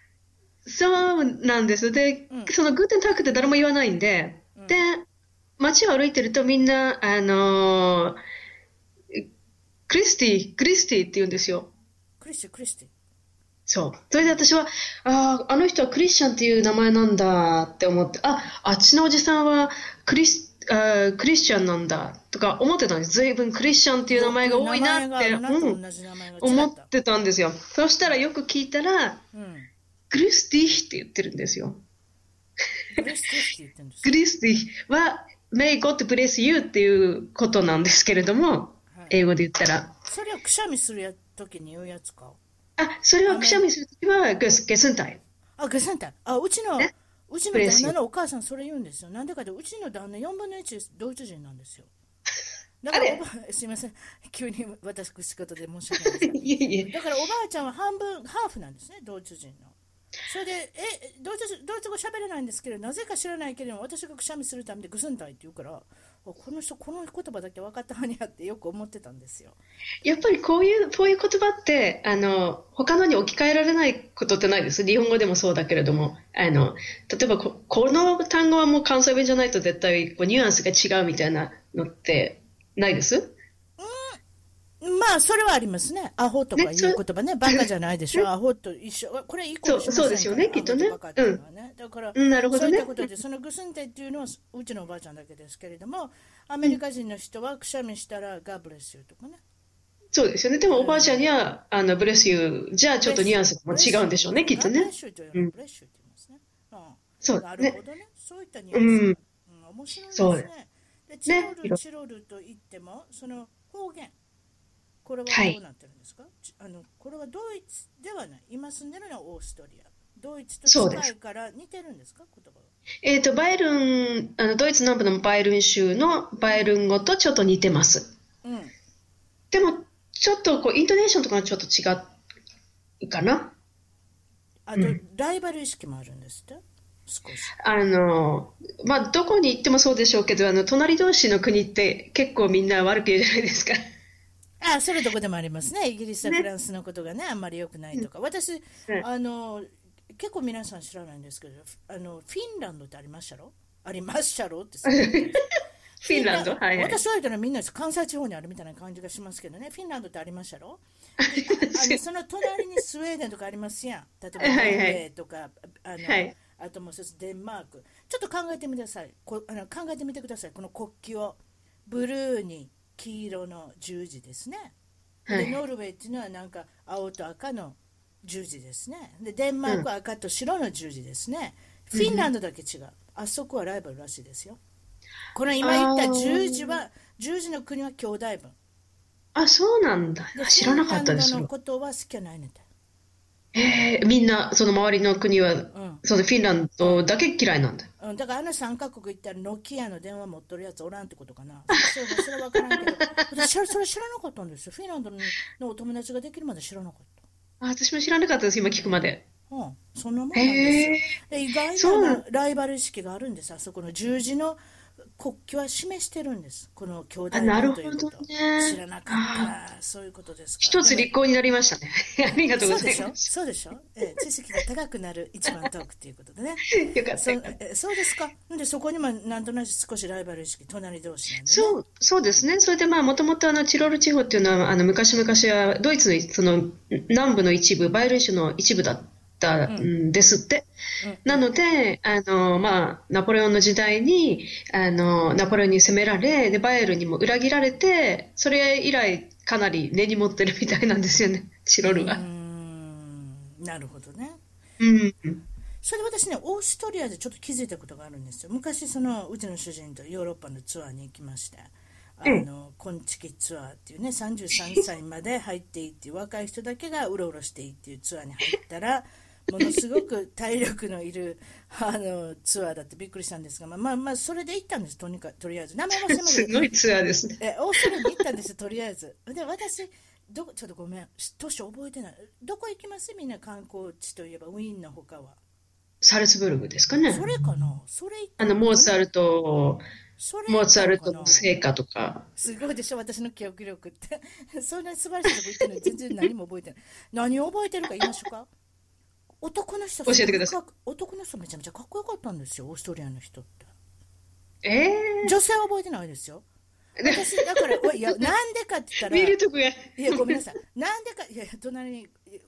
[SPEAKER 2] そうなんです。で、
[SPEAKER 1] うん
[SPEAKER 2] そのグーテンタークって誰も言わないんで、
[SPEAKER 1] うん
[SPEAKER 2] で、街を歩いてるとみんな、あのークリスティ、クリスティって言うんですよ。
[SPEAKER 1] クリスティ、クリスティ。
[SPEAKER 2] そう。それで私は、ああ、あの人はクリスチャンっていう名前なんだって思って、あ、あっちのおじさんはクリス、あークリスチャンなんだとか思ってたんです。随分クリスチャンっていう名前が多いな
[SPEAKER 1] 名
[SPEAKER 2] って、
[SPEAKER 1] 前があるな
[SPEAKER 2] う
[SPEAKER 1] と
[SPEAKER 2] ん
[SPEAKER 1] 同じ名前がちら
[SPEAKER 2] 思
[SPEAKER 1] っ
[SPEAKER 2] っ
[SPEAKER 1] と
[SPEAKER 2] てたんですよ。そしたらよく聞いたら、
[SPEAKER 1] うん。
[SPEAKER 2] クリスティって言ってるんですよ。
[SPEAKER 1] クリスティって言ってるんです
[SPEAKER 2] ク。リスティは、May God bless you っていうことなんですけれども、
[SPEAKER 1] はい
[SPEAKER 2] 英語で言ったら。
[SPEAKER 1] それをくしゃみするや時に言うやつか。
[SPEAKER 2] あ、それはくしゃみするときは、ゲス、ゲスンタイ。
[SPEAKER 1] あ、グサンタ。あ、うちの
[SPEAKER 2] ね、
[SPEAKER 1] うちの
[SPEAKER 2] プレス
[SPEAKER 1] 旦那のお母さんそれ言うんですよ。なんでかって、うちの旦那4分の1ドイツ人なんです よ。だから
[SPEAKER 2] あ
[SPEAKER 1] おば、 すみません。急に私、くしことで申し訳 ないです。
[SPEAKER 2] いえいえ。
[SPEAKER 1] だからおばあちゃんは半分ハーフなんですねドイツ人のそれでええドイツ人ドイツ語喋れないんですけどなぜか知らないけれども私がくしゃみするためでグスンタイって言うからあこの人この言葉だけ分かったはにやってよく思ってたんですよ
[SPEAKER 2] やっぱりこういう、こういう言葉って、あの、他のに置き換えられないことってないです。日本語でもそうだけれども、あの、例えばこ、この単語はもう関西弁じゃないと絶対、こう、ニュアンスが違うみたいなのって、ないです
[SPEAKER 1] まあそれはありますねアホとかいう
[SPEAKER 2] ね
[SPEAKER 1] 言
[SPEAKER 2] そ
[SPEAKER 1] 葉ねバカじゃないでしょアホと一緒これいいこと
[SPEAKER 2] そうそうですよねきっとね
[SPEAKER 1] バカっていうのはねだから
[SPEAKER 2] うんなるほど
[SPEAKER 1] そうい
[SPEAKER 2] ね
[SPEAKER 1] ったことでそのグスンタイっていうのはうちのおばあちゃんだけですけれどもアメリカ人の人はくしゃみしたらガブレスユーとかね
[SPEAKER 2] そうですよね。でも、おばあちゃんには、あの、ブレスユーじゃあちょっとニュアンスがもう違うんでしょうね、きっと
[SPEAKER 1] ブレッ
[SPEAKER 2] ね。
[SPEAKER 1] シュというのはブレッシュって言いますね。うん
[SPEAKER 2] そ
[SPEAKER 1] な
[SPEAKER 2] うだ
[SPEAKER 1] る
[SPEAKER 2] ね
[SPEAKER 1] ほ。どね。そういったニュアンスが。うん、面白いです
[SPEAKER 2] そう
[SPEAKER 1] ね。で、チロ
[SPEAKER 2] い
[SPEAKER 1] ル、
[SPEAKER 2] ろ
[SPEAKER 1] チロルと言っても、その方言。これは
[SPEAKER 2] はい
[SPEAKER 1] どうなってるんですか、ちあのこれはドイツではない。今住んでるのはオーストリア。ドイツと
[SPEAKER 2] そうで
[SPEAKER 1] 近
[SPEAKER 2] す
[SPEAKER 1] いから似てるんですか言葉が。
[SPEAKER 2] えっと、バイルン、あの、ドイツ南部のバイルン州のバイルン語とちょっと似てます。
[SPEAKER 1] うん。
[SPEAKER 2] でも、ちょっとこう、イントネーションとかがちょっと違うかな。
[SPEAKER 1] あと、ライバル意識もあるんですって少し。
[SPEAKER 2] あの、まあ、どこに行ってもそうでしょうけど、あの、隣同士の国って結構みんな悪く言うじゃない ですか。
[SPEAKER 1] あそれどこでもありますね、イギリスや
[SPEAKER 2] ね
[SPEAKER 1] フランスのことがね、あんまり良くないとか、私、あの結構皆さん知らないんですけど、あのフィンランドってありましたろありましたろってさフ
[SPEAKER 2] フィンランド、はいはい。
[SPEAKER 1] 私は言ったらみんな関西地方にあるみたいな感じがしますけどね、フィンランドってありましたろあのその隣にスウェーデンとかあります やん。例えば、
[SPEAKER 2] はいはい
[SPEAKER 1] ノルウェーとか、あの、
[SPEAKER 2] はい
[SPEAKER 1] あともう一つデンマーク。ちょっと考えてみてください。こあの考えてみてください。この国旗を。ブルーに黄色の十字ですね。
[SPEAKER 2] は
[SPEAKER 1] で
[SPEAKER 2] い
[SPEAKER 1] ノルウェーっていうのはなんか青と赤の十字ですねでデンマークは赤と白の十字ですね、フィンランドだけ違うあそこはライバルらしいですよこの今言った十字は十字の国は兄弟分
[SPEAKER 2] あ、そうなんだ。
[SPEAKER 1] で
[SPEAKER 2] 知らなかったで
[SPEAKER 1] フィン
[SPEAKER 2] す
[SPEAKER 1] ランドの。ことは好きじゃないのだ
[SPEAKER 2] えー、みんな、その周りの国は、
[SPEAKER 1] ん
[SPEAKER 2] そのフィンランドだけ嫌いなんだ。
[SPEAKER 1] うん、だからあの3カ国行ったらノキアの電話持ってるやつおらんってことかな。そうかそれは分からんけど、私それそれ知らなかったんですよ。フィンランドのお友達ができるまで知らなかっ
[SPEAKER 2] あ、私も知らなかったです、今聞くまで。
[SPEAKER 1] た。うん、そんなもんなん
[SPEAKER 2] へ
[SPEAKER 1] ですよ。
[SPEAKER 2] え
[SPEAKER 1] で意外
[SPEAKER 2] そうな
[SPEAKER 1] なライバル意識があるんです。あそこの十字の国旗は示してるんです。この兄弟
[SPEAKER 2] あなる
[SPEAKER 1] 分
[SPEAKER 2] ほ
[SPEAKER 1] とい
[SPEAKER 2] ど
[SPEAKER 1] うこと。
[SPEAKER 2] ね
[SPEAKER 1] 知らなかった。そういうことですか。
[SPEAKER 2] 一つ立候補になりましたね。 ありがとう
[SPEAKER 1] そ
[SPEAKER 2] ご
[SPEAKER 1] う
[SPEAKER 2] ざ
[SPEAKER 1] で
[SPEAKER 2] い
[SPEAKER 1] しょ
[SPEAKER 2] ま、す。
[SPEAKER 1] そうでしょ、ええ知識が高くなる一番トークということでね。
[SPEAKER 2] よかっ
[SPEAKER 1] そ
[SPEAKER 2] た
[SPEAKER 1] う。えそうですか。で、そこにもなんとなく少しライバル意識、隣同士なんで、ね。
[SPEAKER 2] そう、そうですね。それでまあ、もともとあの、チロル地方っていうのは、あの、昔々は、ドイツの、その、南部の一部、バイエルン州の一部だったんですって。なので、あの、まあ、ナポレオンの時代に、あの、ナポレオンに攻められ、で、バイエルンにも裏切られて、それ以来、かなり根に持ってるみたいなんですよね、チロル
[SPEAKER 1] うー
[SPEAKER 2] は。
[SPEAKER 1] んなるほどね。
[SPEAKER 2] うん。
[SPEAKER 1] それで私ね、オーストリアでちょっと気づいたことがあるんですよ。昔、そのうちの主人とヨーロッパのツアーに行きまして、あの、コンチキツアーっていうね、33歳まで入っていいっていう、若い人だけがうろうろしていいっていうツアーに入った ら、ものすごく体力のいるあのツアーだってびっくりしたんですが、まあまあ、まあ、それで行ったんです、とにかく、とりあえず。名前忘れました
[SPEAKER 2] す
[SPEAKER 1] けど
[SPEAKER 2] ごいツアーですね。
[SPEAKER 1] えオーストラリアに行ったんですよ、とりあえず。で、私、どこちょっとごめん、都市覚えてない。どこ行きますみんな観光地といえば、ウィーンの他は。
[SPEAKER 2] サルツブルグですかね
[SPEAKER 1] そ。れかなそれ行った
[SPEAKER 2] あの、モーツァルト、
[SPEAKER 1] それ
[SPEAKER 2] モーツァルト
[SPEAKER 1] 行ったの
[SPEAKER 2] の
[SPEAKER 1] かな
[SPEAKER 2] 聖歌とか。
[SPEAKER 1] すごいでしょ、私の記憶力って。 そんなに素晴らしいとこ行ってるのに、全然何も覚えてない。何を覚えてるか言いましょうか。男の人、
[SPEAKER 2] 教えてください
[SPEAKER 1] かっこよく男の人めちゃめちゃかっこよかったんですよ、オーストリアの人って。
[SPEAKER 2] ええ
[SPEAKER 1] 女性は覚えてないですよ。私、だから、おいいや、なんでかって言ったら。
[SPEAKER 2] 見るとこが。
[SPEAKER 1] いや、ごめんなさい。 なんでか、いや、隣に、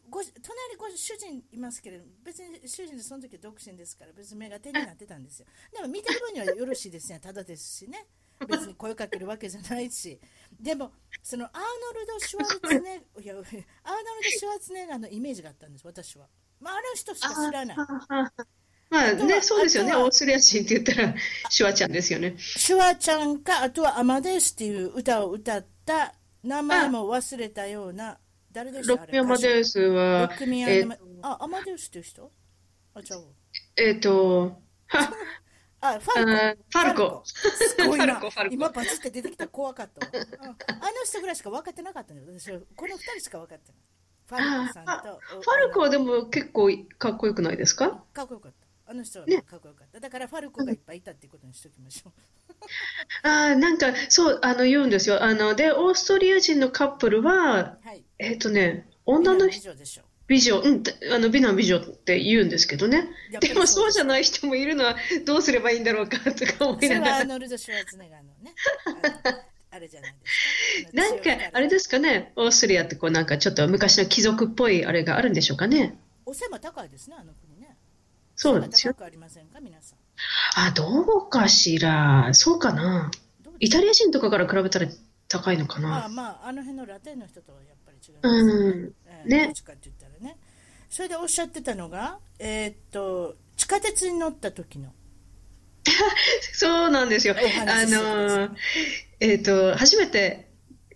[SPEAKER 1] ご、隣にご主人いますけれど、別に主人その時は独身ですから、別に目が手になってたんですよ。でも見てる分にはよろしいですね、ただですしね。別に声かけるわけじゃないし。でも、そのアーノルド・シュワルツェネ、いや、アーノルド・シュワルツェネッガーのイメージがあったんです、私は。まあ、あの人しか知らない。
[SPEAKER 2] まあ
[SPEAKER 1] とは
[SPEAKER 2] ね、そうですよね。
[SPEAKER 1] あとは
[SPEAKER 2] オーストリア人って言ったら、シュワちゃんですよね。
[SPEAKER 1] シュワちゃんか、あとはアマデウスっていう歌を歌った、名前も忘れたような、誰でし
[SPEAKER 2] ロ
[SPEAKER 1] たあ
[SPEAKER 2] ッ
[SPEAKER 1] れ
[SPEAKER 2] クヤマデウスは、
[SPEAKER 1] 六組ア
[SPEAKER 2] え
[SPEAKER 1] ニ
[SPEAKER 2] っ、
[SPEAKER 1] メ、あ、アマデウスっていう人あ、ちゃうわ
[SPEAKER 2] えっと、は、
[SPEAKER 1] あ、ファル
[SPEAKER 2] あー
[SPEAKER 1] コ。
[SPEAKER 2] ファルコ
[SPEAKER 1] すごいな
[SPEAKER 2] ファルコファルコ
[SPEAKER 1] 今バチって出てきたら怖かったわ。うんあの人ぐらいしか分かってなかったんだよ。私はこの二人しか分かってない。ファルコさんと
[SPEAKER 2] あ。
[SPEAKER 1] お
[SPEAKER 2] ファルコはでも結構かっこよくないですか
[SPEAKER 1] かっこよかった。あの人はかっこよかった。だからファルコがいっぱいいたっていうことにしときましょう。
[SPEAKER 2] ああ、なんか、そう、あの、言うんですよ。あの、で、オーストリア人のカップルは、
[SPEAKER 1] はい。
[SPEAKER 2] えっ、とね、女の
[SPEAKER 1] 以上でしょう。
[SPEAKER 2] 美女、うん、てあの美男美女って言うんですけどね。
[SPEAKER 1] やっぱり
[SPEAKER 2] で
[SPEAKER 1] そ
[SPEAKER 2] も
[SPEAKER 1] う
[SPEAKER 2] そう
[SPEAKER 1] です
[SPEAKER 2] じゃない人もいるのはどうすればいいんだろうかとか思
[SPEAKER 1] そ
[SPEAKER 2] い
[SPEAKER 1] れ
[SPEAKER 2] なが
[SPEAKER 1] はアー
[SPEAKER 2] ら。
[SPEAKER 1] ノルド・シュワルツェネッガーのね。あのあれじゃないですか。
[SPEAKER 2] なんか、あれですかね、オーストリアってこうなんかちょっと昔の貴族っぽいあれがあるんでしょうかね。
[SPEAKER 1] お背も高いですね、あの国ね。
[SPEAKER 2] そうなんです
[SPEAKER 1] 背
[SPEAKER 2] よ
[SPEAKER 1] が。高くありませんか、皆さん。
[SPEAKER 2] あ、どうかしら。そうかな。
[SPEAKER 1] どうで
[SPEAKER 2] イ
[SPEAKER 1] すか
[SPEAKER 2] タリア人とかから比べたら高いのか
[SPEAKER 1] まあ
[SPEAKER 2] な。
[SPEAKER 1] まあ、あの辺のラテンの人とはやっぱり違いますね。
[SPEAKER 2] うん。
[SPEAKER 1] え
[SPEAKER 2] ね
[SPEAKER 1] どっちかって言ったらね。それでおっしゃってたのが、えーっと、地下鉄に乗った時の。
[SPEAKER 2] そうなんですよ。
[SPEAKER 1] お話
[SPEAKER 2] あ
[SPEAKER 1] ししてください
[SPEAKER 2] の、えっと、初めて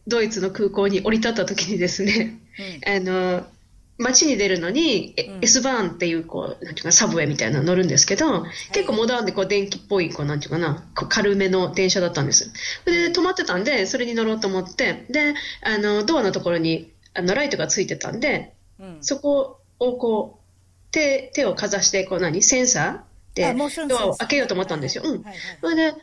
[SPEAKER 2] ドイツの空港に降り立った時にですね、あの街に出るのに、え
[SPEAKER 1] うん
[SPEAKER 2] S バーンっていうこうなんていうかサブウェイみたいなの乗るんですけど、結構モダンでこう電気っぽいこうなんていうかなこう軽めの電車だったんですで止まってたんでそれに乗ろうと思ってであのドアのところにあのライトがついてたんで
[SPEAKER 1] うん。
[SPEAKER 2] そこをこう手手をかざしてこう何センサーで
[SPEAKER 1] あモーションセン
[SPEAKER 2] ド
[SPEAKER 1] サー
[SPEAKER 2] アを開けようと思ったんですよ、うん
[SPEAKER 1] はいはい
[SPEAKER 2] それで、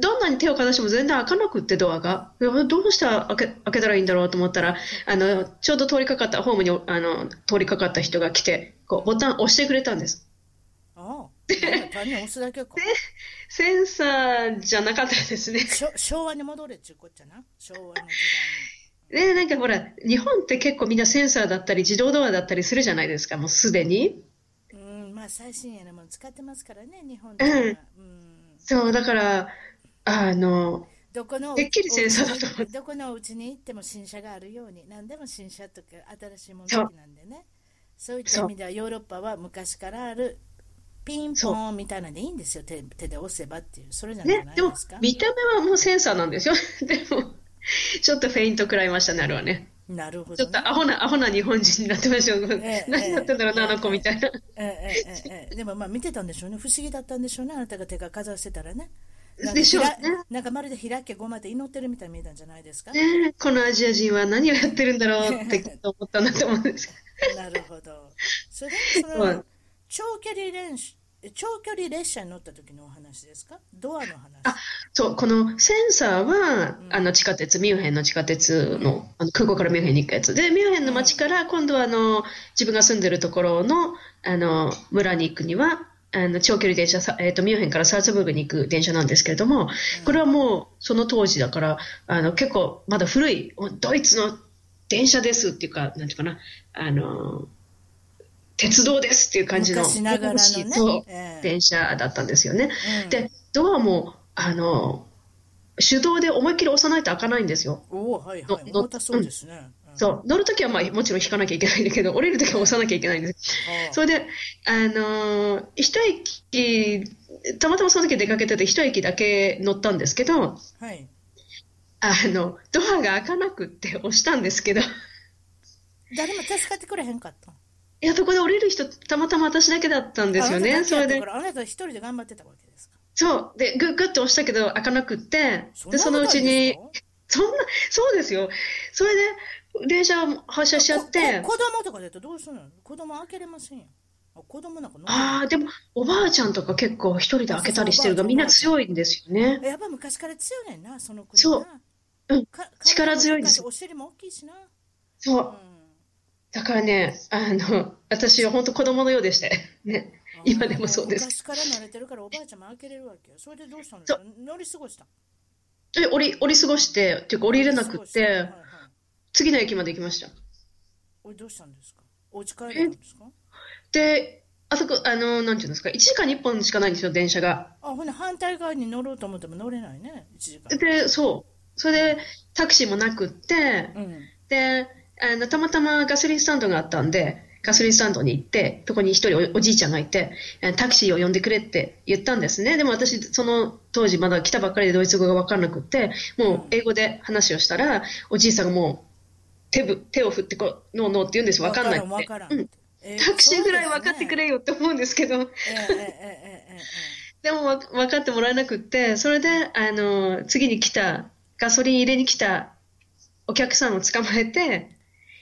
[SPEAKER 2] どんなに手をかざしても全然開かなくってドアが。いやどうしたら開け開けたらいいんだろうと思ったら、あの、ちょうど通りかかった、ホームにあの通りかかった人が来て、こうボタン押してくれたんです。
[SPEAKER 1] ああ。単に押すだけか。
[SPEAKER 2] センサーじゃなかったで すね。
[SPEAKER 1] しょ昭和に戻れっちゅうこっちゃな。昭和の時代に。
[SPEAKER 2] で、なんかほら、日本って結構みんなセンサーだったり自動ドアだったりするじゃないですか、もうすでに。
[SPEAKER 1] うん、まあ最新鋭のもの使ってますからね、日本では。うん。
[SPEAKER 2] そう、だから、あの、
[SPEAKER 1] どこの
[SPEAKER 2] てっきり戦争だと思っ
[SPEAKER 1] どこのお家に行っても新車があるように何でも新車とか新しいもの好きなんでねそういった意味ではヨーロッパは昔からあるピンポーンみたいなんでいいんですよ手手で押せばっていうそれじゃない
[SPEAKER 2] ね、でも
[SPEAKER 1] ですか、
[SPEAKER 2] 見た目はもうセンサーなんですよ。 でも、ちょっとフェイント食らいましたね、あれはね。
[SPEAKER 1] なるほ
[SPEAKER 2] ち
[SPEAKER 1] ど
[SPEAKER 2] ょっ
[SPEAKER 1] ね、
[SPEAKER 2] とアホな、アホな日本人になってましたよ。
[SPEAKER 1] ええ
[SPEAKER 2] 何やってんだろうな、あの子みたいな。
[SPEAKER 1] ええええええでもまあ見てたんでしょうね不思議だったんでしょうねあなたが手がかざしてたらねなんか
[SPEAKER 2] でしょうね
[SPEAKER 1] ひらなんかまるで開けごまで祈ってるみたいに見えたんじゃないですか
[SPEAKER 2] ねえこのアジア人は何をやってるんだろうってきっと思ったなと思うんです け
[SPEAKER 1] なるほど。それ
[SPEAKER 2] そ
[SPEAKER 1] はそうの長距離練習長距離列車に乗った時のお話ですかドアの話。
[SPEAKER 2] あど。そう、このセンサーは、あの地下鉄、ミュンヘンの地下鉄の、あの空港からミュンヘンに行くやつ。で、ミュンヘンの街から、今度はあの、自分が住んでるところの、あの、村に行くには、あの長距離電車さ、えっとミュンヘンからサルツブルクに行く電車なんですけれども、これはもうその当時だからあの結構まだ古いおドイツの電車ですっていうかなんていうかなあの鉄道ですっていう感じの
[SPEAKER 1] 昔ながらのね
[SPEAKER 2] そう
[SPEAKER 1] ええ
[SPEAKER 2] 電車だったんですよね。
[SPEAKER 1] うん
[SPEAKER 2] でドアもあの手動で思いっきり押さないと開かないんですよ。
[SPEAKER 1] おおはいはい。
[SPEAKER 2] のの
[SPEAKER 1] 重たそうですね。うん
[SPEAKER 2] そう乗るときは、まあ、もちろん引かなきゃいけないんだけど降りるときは押さなきゃいけないんです
[SPEAKER 1] あ
[SPEAKER 2] それで、あのー一駅たまたまその時出かけてて一駅だけ乗ったんですけど
[SPEAKER 1] はい。
[SPEAKER 2] あのドアが開かなくって押したんですけど
[SPEAKER 1] 誰も助かってくれへんかった。
[SPEAKER 2] いやそこで降りる人たまたま私だけだったんですよ
[SPEAKER 1] あ
[SPEAKER 2] ね
[SPEAKER 1] なた
[SPEAKER 2] そ
[SPEAKER 1] だ
[SPEAKER 2] れ
[SPEAKER 1] けやった
[SPEAKER 2] で
[SPEAKER 1] からあなた一人で頑張ってたわけですか。
[SPEAKER 2] そうでグッグッと押したけど開かなくってでそ
[SPEAKER 1] んな
[SPEAKER 2] のう
[SPEAKER 1] ことある
[SPEAKER 2] ち
[SPEAKER 1] んで
[SPEAKER 2] に
[SPEAKER 1] すか
[SPEAKER 2] そんなそうですよそれで電車を発車しちゃって
[SPEAKER 1] ここ子供とかだとどうするの？子供開けれませんよ。あ子供なんか乗って
[SPEAKER 2] ああでもおばあちゃんとか結構一人で開けたりして
[SPEAKER 1] そ
[SPEAKER 2] る
[SPEAKER 1] うそう
[SPEAKER 2] がみんな強いんですよね
[SPEAKER 1] る。やっぱ昔から強いねんなその国
[SPEAKER 2] そう
[SPEAKER 1] な。
[SPEAKER 2] うん
[SPEAKER 1] か体も
[SPEAKER 2] 力強いんです
[SPEAKER 1] お尻も大きいしな。。
[SPEAKER 2] そううんだからね、あの、私は本当子供のようでして、ね、今でもそうで
[SPEAKER 1] 昔
[SPEAKER 2] す。
[SPEAKER 1] から慣れてるからおばあちゃんも開けれるわけよ。それでどうしたの
[SPEAKER 2] そう
[SPEAKER 1] 乗り過ごした。
[SPEAKER 2] え、降り、降り過ごして、っていうか降りれなくっ
[SPEAKER 1] 乗り過
[SPEAKER 2] て
[SPEAKER 1] ごした、はいはい
[SPEAKER 2] 次の駅まで行きました。
[SPEAKER 1] おいどうしたんですかお家帰るんですか
[SPEAKER 2] で、あそこ、あの、なんていうんですか、1時間に1本しかないんですよ、電車が。
[SPEAKER 1] あ、ほな反対側に乗ろうと思っても乗れないね、一時間。
[SPEAKER 2] で、そう。それで、タクシーもなくって、
[SPEAKER 1] うん。
[SPEAKER 2] で、あの、たまたまガソリンスタンドがあったんで、ガソリンスタンドに行って、そこに一人おおじいちゃんがいて、えタクシーを呼んでくれって言ったんですね。でも私、その当時まだ来たばっかりでドイツ語が分からなくって、もう英語で話をしたら、おじいさんがもう手ぶ手を振ってこう、ノーノーって言うんですよ。分かんないって。
[SPEAKER 1] わからん。わか
[SPEAKER 2] う
[SPEAKER 1] らん
[SPEAKER 2] ん。タクシーぐらい分かってく。れよって思うんですけど、
[SPEAKER 1] えーそうですねえええええええ
[SPEAKER 2] でもわ分かってもらえなくって、それで、あの、次に来た、ガソリン入れに来たお客さんを捕まえて、
[SPEAKER 1] ええ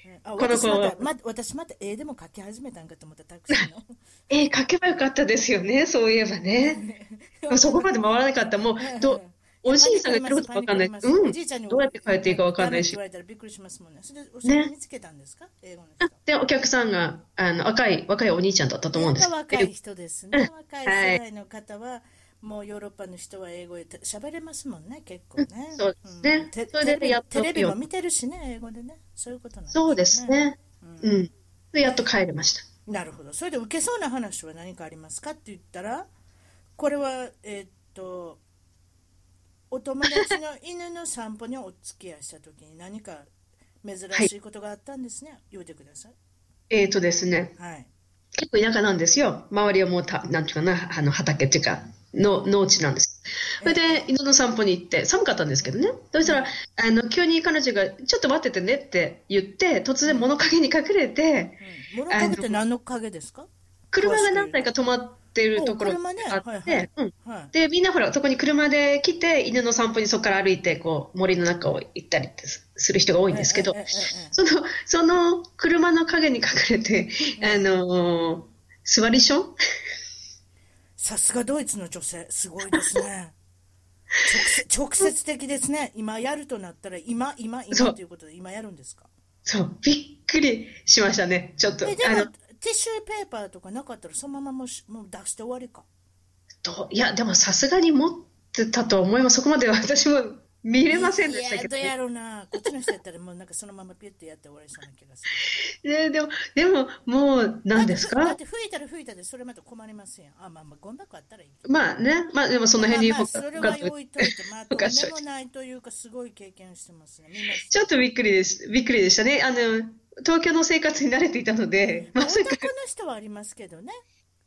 [SPEAKER 1] えあ、
[SPEAKER 2] この
[SPEAKER 1] 私
[SPEAKER 2] 子
[SPEAKER 1] ま
[SPEAKER 2] は
[SPEAKER 1] た、ま、私また絵でも描き始めたんかと思ったタクシーの。
[SPEAKER 2] えー、書けばよかったですよね、そういえば ね。 そこまで回らなかった、もう、ど、おじいさんが来ることわかんない。う
[SPEAKER 1] お
[SPEAKER 2] ん
[SPEAKER 1] じいちゃんに。も
[SPEAKER 2] どうやって変えていいかわかんないし
[SPEAKER 1] ダ。メって言われたらびっくりしますもんね。それで、それ見つけたんですか英語の人。
[SPEAKER 2] で、お客さんが、あの、若い、若いお兄ちゃんだったと思うんです。
[SPEAKER 1] 若い人ですね。若い
[SPEAKER 2] は
[SPEAKER 1] 世
[SPEAKER 2] い
[SPEAKER 1] 代の方は、もうヨーロッパの人は英語で喋れますもんね、結構ね。
[SPEAKER 2] そうですね
[SPEAKER 1] んて
[SPEAKER 2] それ
[SPEAKER 1] テ
[SPEAKER 2] で
[SPEAKER 1] レビ
[SPEAKER 2] やっと
[SPEAKER 1] テレビも見てるしね、英語でね。そういうことなん
[SPEAKER 2] そうです。ね。
[SPEAKER 1] うん
[SPEAKER 2] うん。で、やっと帰れました。
[SPEAKER 1] なるほど。それで受けそうな話は何かありますかって言ったら、これは、えーっと、お友達の犬の散歩にお付き合いした時に何か珍しいことがあったんですね。言うてください。
[SPEAKER 2] えーとですね、
[SPEAKER 1] はい。
[SPEAKER 2] 結構田舎なんですよ。周りはもうた、なんていうかな、あの、畑っていうか、の農地なんです。それで、犬の散歩に行って、寒かったんですけどね。そしたら、あの、急に彼女が、ちょっと待っててねって言って、突然物陰に隠れて、
[SPEAKER 1] うん、物陰って何の陰ですか
[SPEAKER 2] 車が何台か止まってるところ
[SPEAKER 1] お車
[SPEAKER 2] が
[SPEAKER 1] ね
[SPEAKER 2] あって、
[SPEAKER 1] はいはい
[SPEAKER 2] うん
[SPEAKER 1] はい。
[SPEAKER 2] で、みんなほら、そこに車で来て、犬の散歩にそこから歩いて、こう、森の中を行ったりってすする人が多いんですけど
[SPEAKER 1] えええ、え
[SPEAKER 2] その、その車の陰に隠れて、 あのー座りション
[SPEAKER 1] さすがドイツの女性、すごいですね。直接直接的ですね。今やるとなったら、今、今、
[SPEAKER 2] そ
[SPEAKER 1] 今
[SPEAKER 2] う
[SPEAKER 1] ということで、今やるんですか。
[SPEAKER 2] そう、びっくりしましたね、ちょっと。
[SPEAKER 1] えで
[SPEAKER 2] あ
[SPEAKER 1] も
[SPEAKER 2] の、
[SPEAKER 1] ティッシュペーパーとかなかったら、そのままもうしもう出して終わりか。
[SPEAKER 2] どういや、でもさすがに持ってたと思います。そこまでは私も 見れませんでした
[SPEAKER 1] いや
[SPEAKER 2] けど
[SPEAKER 1] どうやろうなこっちの人やったらもうなんかそのままピュッとやって終わりそうな気がする
[SPEAKER 2] ねでも、でも、もう、何です
[SPEAKER 1] だっ
[SPEAKER 2] か
[SPEAKER 1] て吹いたら吹いたでそれまた困りますやんあまあまあゴミ箱あったらいいけど
[SPEAKER 2] まあね、まあでもその辺に
[SPEAKER 1] まあま
[SPEAKER 2] ほ
[SPEAKER 1] あそれは置いといて、まあ、とん
[SPEAKER 2] ほ
[SPEAKER 1] で
[SPEAKER 2] かしといて
[SPEAKER 1] もないというか、すごい経験してますね。みんな
[SPEAKER 2] ちょっとびっくりです。びっくりでしたね。あの、東京の生活に慣れていたの で、まさか、
[SPEAKER 1] 男の人はありますけどね。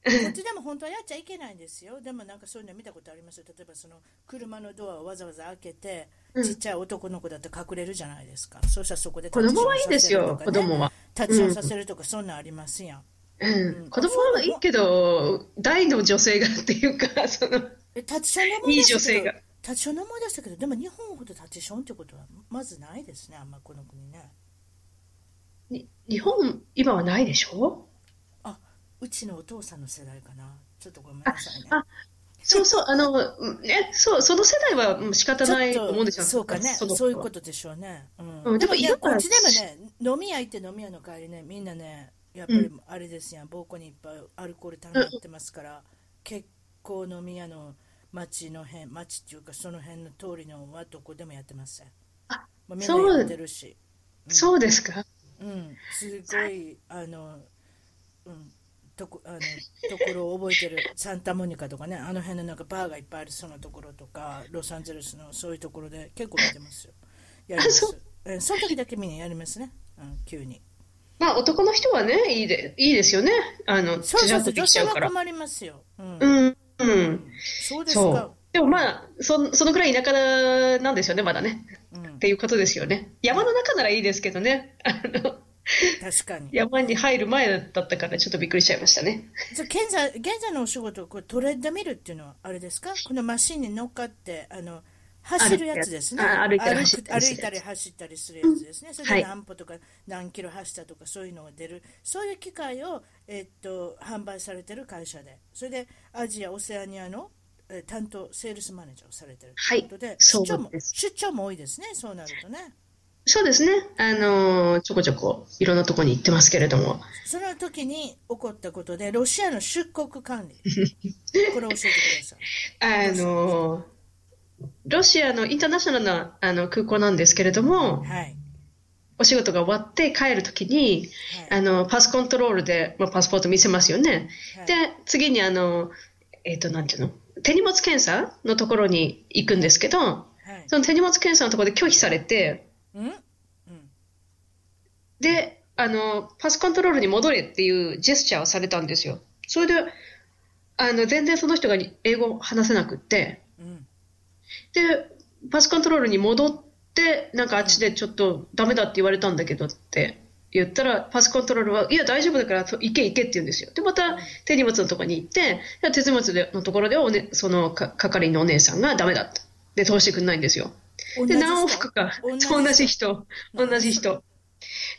[SPEAKER 1] こっちでも本当はやっちゃいけないんですよ。でもなんかそういうの見たことありますよ。例えばその車のドアをわざわざ開けて、ちっちゃい男の子だって隠れるじゃないですか。そうしたらそこで
[SPEAKER 2] 子供はいいですよ、子供は。
[SPEAKER 1] 立ち会させるとか、そんなんありますやん。
[SPEAKER 2] うん、子供はいいけど、大の女性がっていうか、その、
[SPEAKER 1] え立ちションのも
[SPEAKER 2] いい女性が
[SPEAKER 1] 立ちションのもでしたけど、でも日本ほど立ちションってことはまずないですね。あんまこの国ね。
[SPEAKER 2] に日本、今はないでしょ
[SPEAKER 1] あ、うちのお父さんの世代かな。ちょっとごめんなさいね。
[SPEAKER 2] あそうそう、あの、うんね、そう、その世代はうん仕方ない
[SPEAKER 1] ち
[SPEAKER 2] と
[SPEAKER 1] ょっ
[SPEAKER 2] 思うんですよ。
[SPEAKER 1] そうかね
[SPEAKER 2] の
[SPEAKER 1] そういうことでしょうね、うん
[SPEAKER 2] うんでも
[SPEAKER 1] いや
[SPEAKER 2] 今
[SPEAKER 1] こ
[SPEAKER 2] から
[SPEAKER 1] っちでもね飲み屋行って飲み屋の帰りねみんなねやっぱりあれですやん膀胱にいっぱいアルコール溜まってますから、結構飲み屋の町の辺町っていうかその辺の通りのはどこでもやってます
[SPEAKER 2] あ
[SPEAKER 1] もうみんなやってるし
[SPEAKER 2] そうですか。
[SPEAKER 1] うん、すごいあの、うん、とこあのところを覚えてるサンタモニカとかねあの辺のなんかバーがいっぱいあるそのところとかロサンゼルスのそういうところで結構見てますよ。やりま
[SPEAKER 2] あそ
[SPEAKER 1] す
[SPEAKER 2] う。
[SPEAKER 1] えその時だけみんなやりますね、うん、急に。
[SPEAKER 2] まあ、男の人はね、いいで、いいですよね。あの、
[SPEAKER 1] そうそう
[SPEAKER 2] ち
[SPEAKER 1] そ
[SPEAKER 2] ゃ
[SPEAKER 1] う、
[SPEAKER 2] んとで
[SPEAKER 1] 女
[SPEAKER 2] きち
[SPEAKER 1] 性
[SPEAKER 2] ゃうか
[SPEAKER 1] は
[SPEAKER 2] ら。
[SPEAKER 1] 困りますよ。うん
[SPEAKER 2] う、ん、うん。
[SPEAKER 1] そうです
[SPEAKER 2] そ
[SPEAKER 1] か
[SPEAKER 2] う。。でもまあ、そ、そのくらい田舎なんですよね、まだね。
[SPEAKER 1] うん
[SPEAKER 2] っ、ていうことですよね。山の中ならいいですけどね。あの、
[SPEAKER 1] 確かに。
[SPEAKER 2] 山に入る前だったからちょっとびっくりしちゃいましたね。
[SPEAKER 1] じゃあ現在現在のお仕事これトレッドミルっていうのはあれですかこのマシンに乗っかってあの走るやつですね
[SPEAKER 2] あ歩いた
[SPEAKER 1] 歩
[SPEAKER 2] り走
[SPEAKER 1] く
[SPEAKER 2] ったり
[SPEAKER 1] 歩
[SPEAKER 2] する
[SPEAKER 1] いたり走ったりするやつですね、それ
[SPEAKER 2] は
[SPEAKER 1] で
[SPEAKER 2] い
[SPEAKER 1] 何歩とか何キロ走ったとかそういうのが出るそういう機械を、えっと販売されてる会社でそれでアジアオセアニアのえー担当セールスマネージャーをされてるということで,、
[SPEAKER 2] はい
[SPEAKER 1] 出張も
[SPEAKER 2] そうです
[SPEAKER 1] 出張も多いですねそうなるとね
[SPEAKER 2] そうですね。あの、ちょこちょこいろんなとこに行ってますけれども。
[SPEAKER 1] その時に起こったことでロシアの出国管 理これを教えてください
[SPEAKER 2] あの、ロシアのインターナショナルなあの空港なんですけれども、
[SPEAKER 1] はい
[SPEAKER 2] お仕事が終わって帰るときに、
[SPEAKER 1] はい
[SPEAKER 2] あの、パスコントロールで、まあ、パスポート見せますよね。
[SPEAKER 1] はい
[SPEAKER 2] で、次にあの、えっ、と、なんていうの手荷物検査のところに行くんですけど、
[SPEAKER 1] はい
[SPEAKER 2] その手荷物検査のところで拒否されて、
[SPEAKER 1] うんうん
[SPEAKER 2] で、あの、パスコントロールに戻れっていうジェスチャーをされたんですよ。それで、あの、全然その人が英語を話せなくって、
[SPEAKER 1] うん
[SPEAKER 2] で、パスコントロールに戻って、なんかあっちでちょっとダメだって言われたんだけどって言ったら、パスコントロールは、いや大丈夫だからと行け行けって言うんですよ。で、また手荷物のところに行って、いや手荷物のところでお、ね、そのか係員のお姉さんがダメだって。で、通してくんないんですよ。
[SPEAKER 1] 同じ
[SPEAKER 2] で、
[SPEAKER 1] 人
[SPEAKER 2] 何往復か。
[SPEAKER 1] 同じ
[SPEAKER 2] そう同じ人。同じ人。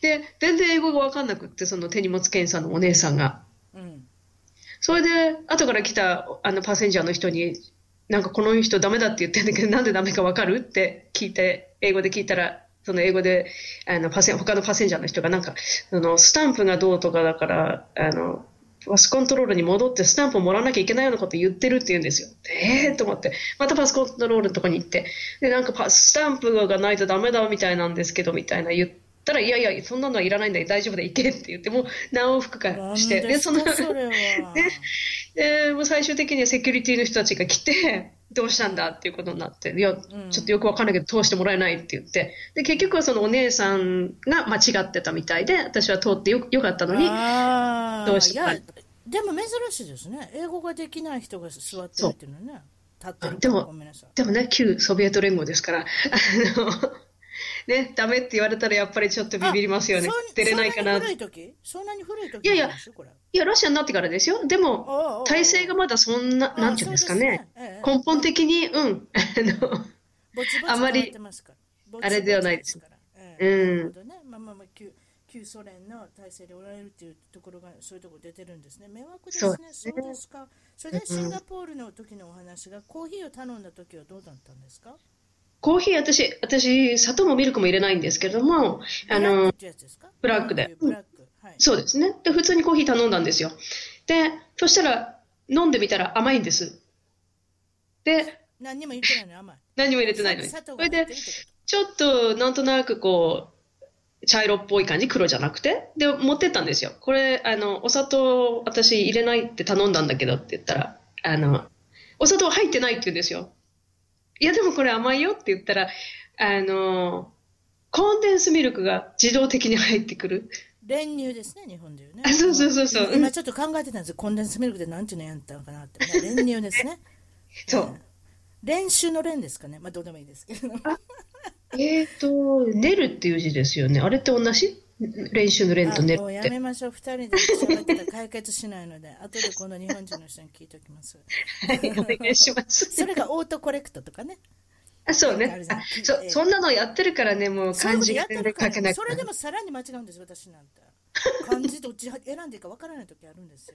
[SPEAKER 2] で、全然英語がわかんなくって、その手荷物検査のお姉さんが。
[SPEAKER 1] うん
[SPEAKER 2] それで、後から来たあのパッセンジャーの人に、なんかこの人ダメだって言ってんだけど、 なんでダメかわかるって聞いて、英語で聞いたら、その英語で、あのパセン他のパッセンジャーの人が、なんか、そのスタンプがどうとかだから、あの、パスコントロールに戻ってスタンプをもらわなきゃいけないようなこと言ってるって言うんですよ。えーと思って、またパスコントロールのとこに行って、で、なんかパスタンプがないとダメだみたいなんですけど、みたいな言ったら、いやいや、そんなのはいらないんだよ、大丈夫だ、行けって言って、もう何往復かして、
[SPEAKER 1] 何です
[SPEAKER 2] の、
[SPEAKER 1] かそ れは。
[SPEAKER 2] で、もう最終的にはセキュリティの人たちが来て、 どうしたんだっていうことになって、いや、ちょっとよくわかんないけど、通してもらえないって言って、で、結局はそのお姉さんが間違ってたみたいで、私は通ってよよかったのに、
[SPEAKER 1] あ
[SPEAKER 2] ど
[SPEAKER 1] あ
[SPEAKER 2] うし
[SPEAKER 1] い
[SPEAKER 2] たか
[SPEAKER 1] やでも珍しいですね。英語ができない人が座ってるっていうのはね。立ってる
[SPEAKER 2] でも
[SPEAKER 1] ごめんなさい。
[SPEAKER 2] でもね、旧ソビエト連合ですから、あの、 ね、ダメって言われたらやっぱりちょっとビビりますよね
[SPEAKER 1] あ。
[SPEAKER 2] 出れないかな
[SPEAKER 1] そん。に古い時そんなに古い時
[SPEAKER 2] いやいや
[SPEAKER 1] なんですよこれ
[SPEAKER 2] いや、ロシアになってからですよ。で
[SPEAKER 1] おうおうお
[SPEAKER 2] も
[SPEAKER 1] う、
[SPEAKER 2] 体制がまだそんな、
[SPEAKER 1] あ
[SPEAKER 2] なんていうんですかね。
[SPEAKER 1] そうですねええ
[SPEAKER 2] 根本的に、うん、あの、
[SPEAKER 1] ぼちぼち
[SPEAKER 2] あま
[SPEAKER 1] 変
[SPEAKER 2] り
[SPEAKER 1] わってますからぼちぼち
[SPEAKER 2] あれではないです
[SPEAKER 1] 変わってますからええ
[SPEAKER 2] うん
[SPEAKER 1] なるほどね。まあまあまあ旧旧ソ連の体制でおられるっていうところがそういうところ出てるんですね。迷惑ですね。そ
[SPEAKER 2] そううですね
[SPEAKER 1] ですか。それでシンガポールの時のお話がコーヒーを頼んだ時はどうだったんですか。
[SPEAKER 2] コーヒー、私、私、砂糖もミルクも入れないんですけれども、
[SPEAKER 1] ブラ
[SPEAKER 2] あ
[SPEAKER 1] ック
[SPEAKER 2] の
[SPEAKER 1] っ、てやつですか
[SPEAKER 2] ブラックで
[SPEAKER 1] ブラック。はい。
[SPEAKER 2] そうですね。で、普通にコーヒー頼んだんですよ。で、そしたら、飲んでみたら甘いんです。で、
[SPEAKER 1] 何にも言ってないの甘い。
[SPEAKER 2] 何も入れてないのに。
[SPEAKER 1] 砂
[SPEAKER 2] そ
[SPEAKER 1] 糖が
[SPEAKER 2] れ
[SPEAKER 1] 入って
[SPEAKER 2] で
[SPEAKER 1] るってこ
[SPEAKER 2] ちょっとなんとなくこう茶色っぽい感じ黒じゃなくてで持ってったんですよこれあのお砂糖私入れないって頼んだんだけどって言ったらあのお砂糖入ってないって言うんですよいやでもこれ甘いよって言ったらあのコンデンスミルクが自動的に入ってくる
[SPEAKER 1] と練乳ですね、日本でいうね。
[SPEAKER 2] あそうそうそうそう
[SPEAKER 1] 今ちょっと考えてたんですよ。コンデンスミルクでなんていうのやったのかなって。まあ練乳ですね。
[SPEAKER 2] そう
[SPEAKER 1] 練習の練ですかね。まあどうでもいいですけど。
[SPEAKER 2] えっ、と練るっていう字ですよねあれって同じ練習の練と練
[SPEAKER 1] あもう
[SPEAKER 2] るっ
[SPEAKER 1] や
[SPEAKER 2] て
[SPEAKER 1] めましょう。二人で喋ってたら解決しないの で、後でこの日本人の人に聞いておきます。
[SPEAKER 2] はいお願いします
[SPEAKER 1] それがオートコレクトとか ね。
[SPEAKER 2] あそう
[SPEAKER 1] あれ
[SPEAKER 2] ね
[SPEAKER 1] じゃ
[SPEAKER 2] あ
[SPEAKER 1] ない
[SPEAKER 2] そ
[SPEAKER 1] ええ
[SPEAKER 2] そんなのやってるからねもう
[SPEAKER 1] そういうこ
[SPEAKER 2] 漢
[SPEAKER 1] と
[SPEAKER 2] 字
[SPEAKER 1] や
[SPEAKER 2] が
[SPEAKER 1] ってる
[SPEAKER 2] 全然
[SPEAKER 1] から
[SPEAKER 2] 書けな
[SPEAKER 1] ね
[SPEAKER 2] く
[SPEAKER 1] そ
[SPEAKER 2] な
[SPEAKER 1] れ
[SPEAKER 2] る
[SPEAKER 1] でもさらに間違うんです、私なんて。漢字どっち選んでいいかわからない時あるんですよ。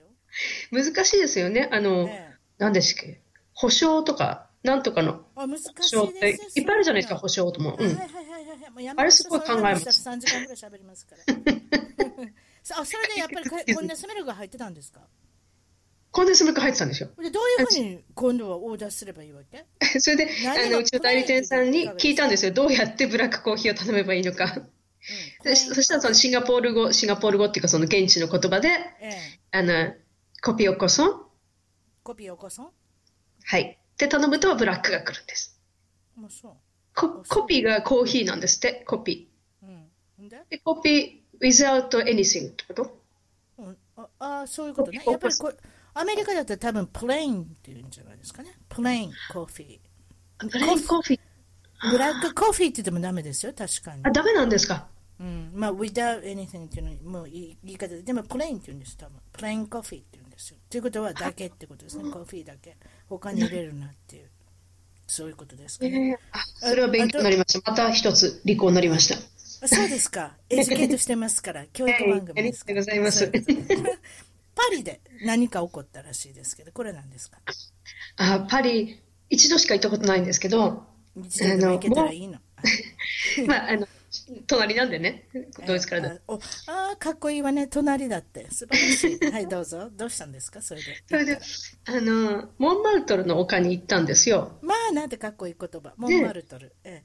[SPEAKER 2] 難しいですよね。あの、
[SPEAKER 1] ねえ
[SPEAKER 2] 何でしたっけ保証とか、なんとかの
[SPEAKER 1] あ難しいで
[SPEAKER 2] 保
[SPEAKER 1] すよ
[SPEAKER 2] 証って、いっぱいあるじゃないですか、保
[SPEAKER 1] 証。
[SPEAKER 2] 証とも。
[SPEAKER 1] は
[SPEAKER 2] う
[SPEAKER 1] いはい
[SPEAKER 2] ん。
[SPEAKER 1] はいはいはい。もうやめ
[SPEAKER 2] あれすごい考えます
[SPEAKER 1] 3時間ぐらい喋りますから。 さあそれでやっぱりここんなスメルが入ってたんですか
[SPEAKER 2] コンデンスミルク入ってたんですよ。
[SPEAKER 1] でどういうふうに今度はオーダーすればいいわけ
[SPEAKER 2] それで、
[SPEAKER 1] 何が
[SPEAKER 2] あの、うちの代理店さんに聞いたんですよ。どうやってブラックコーヒーを頼めばいいのか。でそそしたら、そのシンガポール語、シンガポール語っていうか、その現地の言葉で、
[SPEAKER 1] ええ、
[SPEAKER 2] あの、コピオコソン、
[SPEAKER 1] コピーを起こそん
[SPEAKER 2] はい。って頼むとブラックが来るんです。
[SPEAKER 1] もうそ
[SPEAKER 2] ココピーがコーヒーなんですって、コピ
[SPEAKER 1] う。うん。んで
[SPEAKER 2] ー。で、コピー without anything ってこと
[SPEAKER 1] うん、ああー、そういうことね。やっぱりこれアメリカだったら多分プレインっていうんじゃないですかね。プレインコーヒ
[SPEAKER 2] ブレインコーヒー。
[SPEAKER 1] ー。ブラックコーヒーって言ってもダメですよ、確かに
[SPEAKER 2] あ、。ダメなんですか
[SPEAKER 1] うん、まあ、without anything っていうのもうい言い方で、でもプレインって言うんです、多分プレインコーヒーって言うんですよ。ということは、だけってことですね、コーヒーだけ。他に入れるなっていう、そういうことですかね。
[SPEAKER 2] えーあそれは勉強になりました。また一つ利口になりました。
[SPEAKER 1] あそうですか。エデュケートしてますから、教育番組ですから。
[SPEAKER 2] はいありがとうございます
[SPEAKER 1] そういうことでパリで何か起こったらしいですけど、これなんですか。
[SPEAKER 2] あパリ、一度しか行ったことないんですけど、
[SPEAKER 1] 一度でも行けたらいいの。
[SPEAKER 2] まあ、あの、隣なんでね、ドイツからだ。
[SPEAKER 1] あおあー、かっこいいわね、隣だって。素晴らし い。はい、どうぞ。どうしたんですか、それで。
[SPEAKER 2] それで、あの、モンマルトルの丘に行ったんですよ。
[SPEAKER 1] まあ、なんてかっこいい言葉。モンマルトル。ええ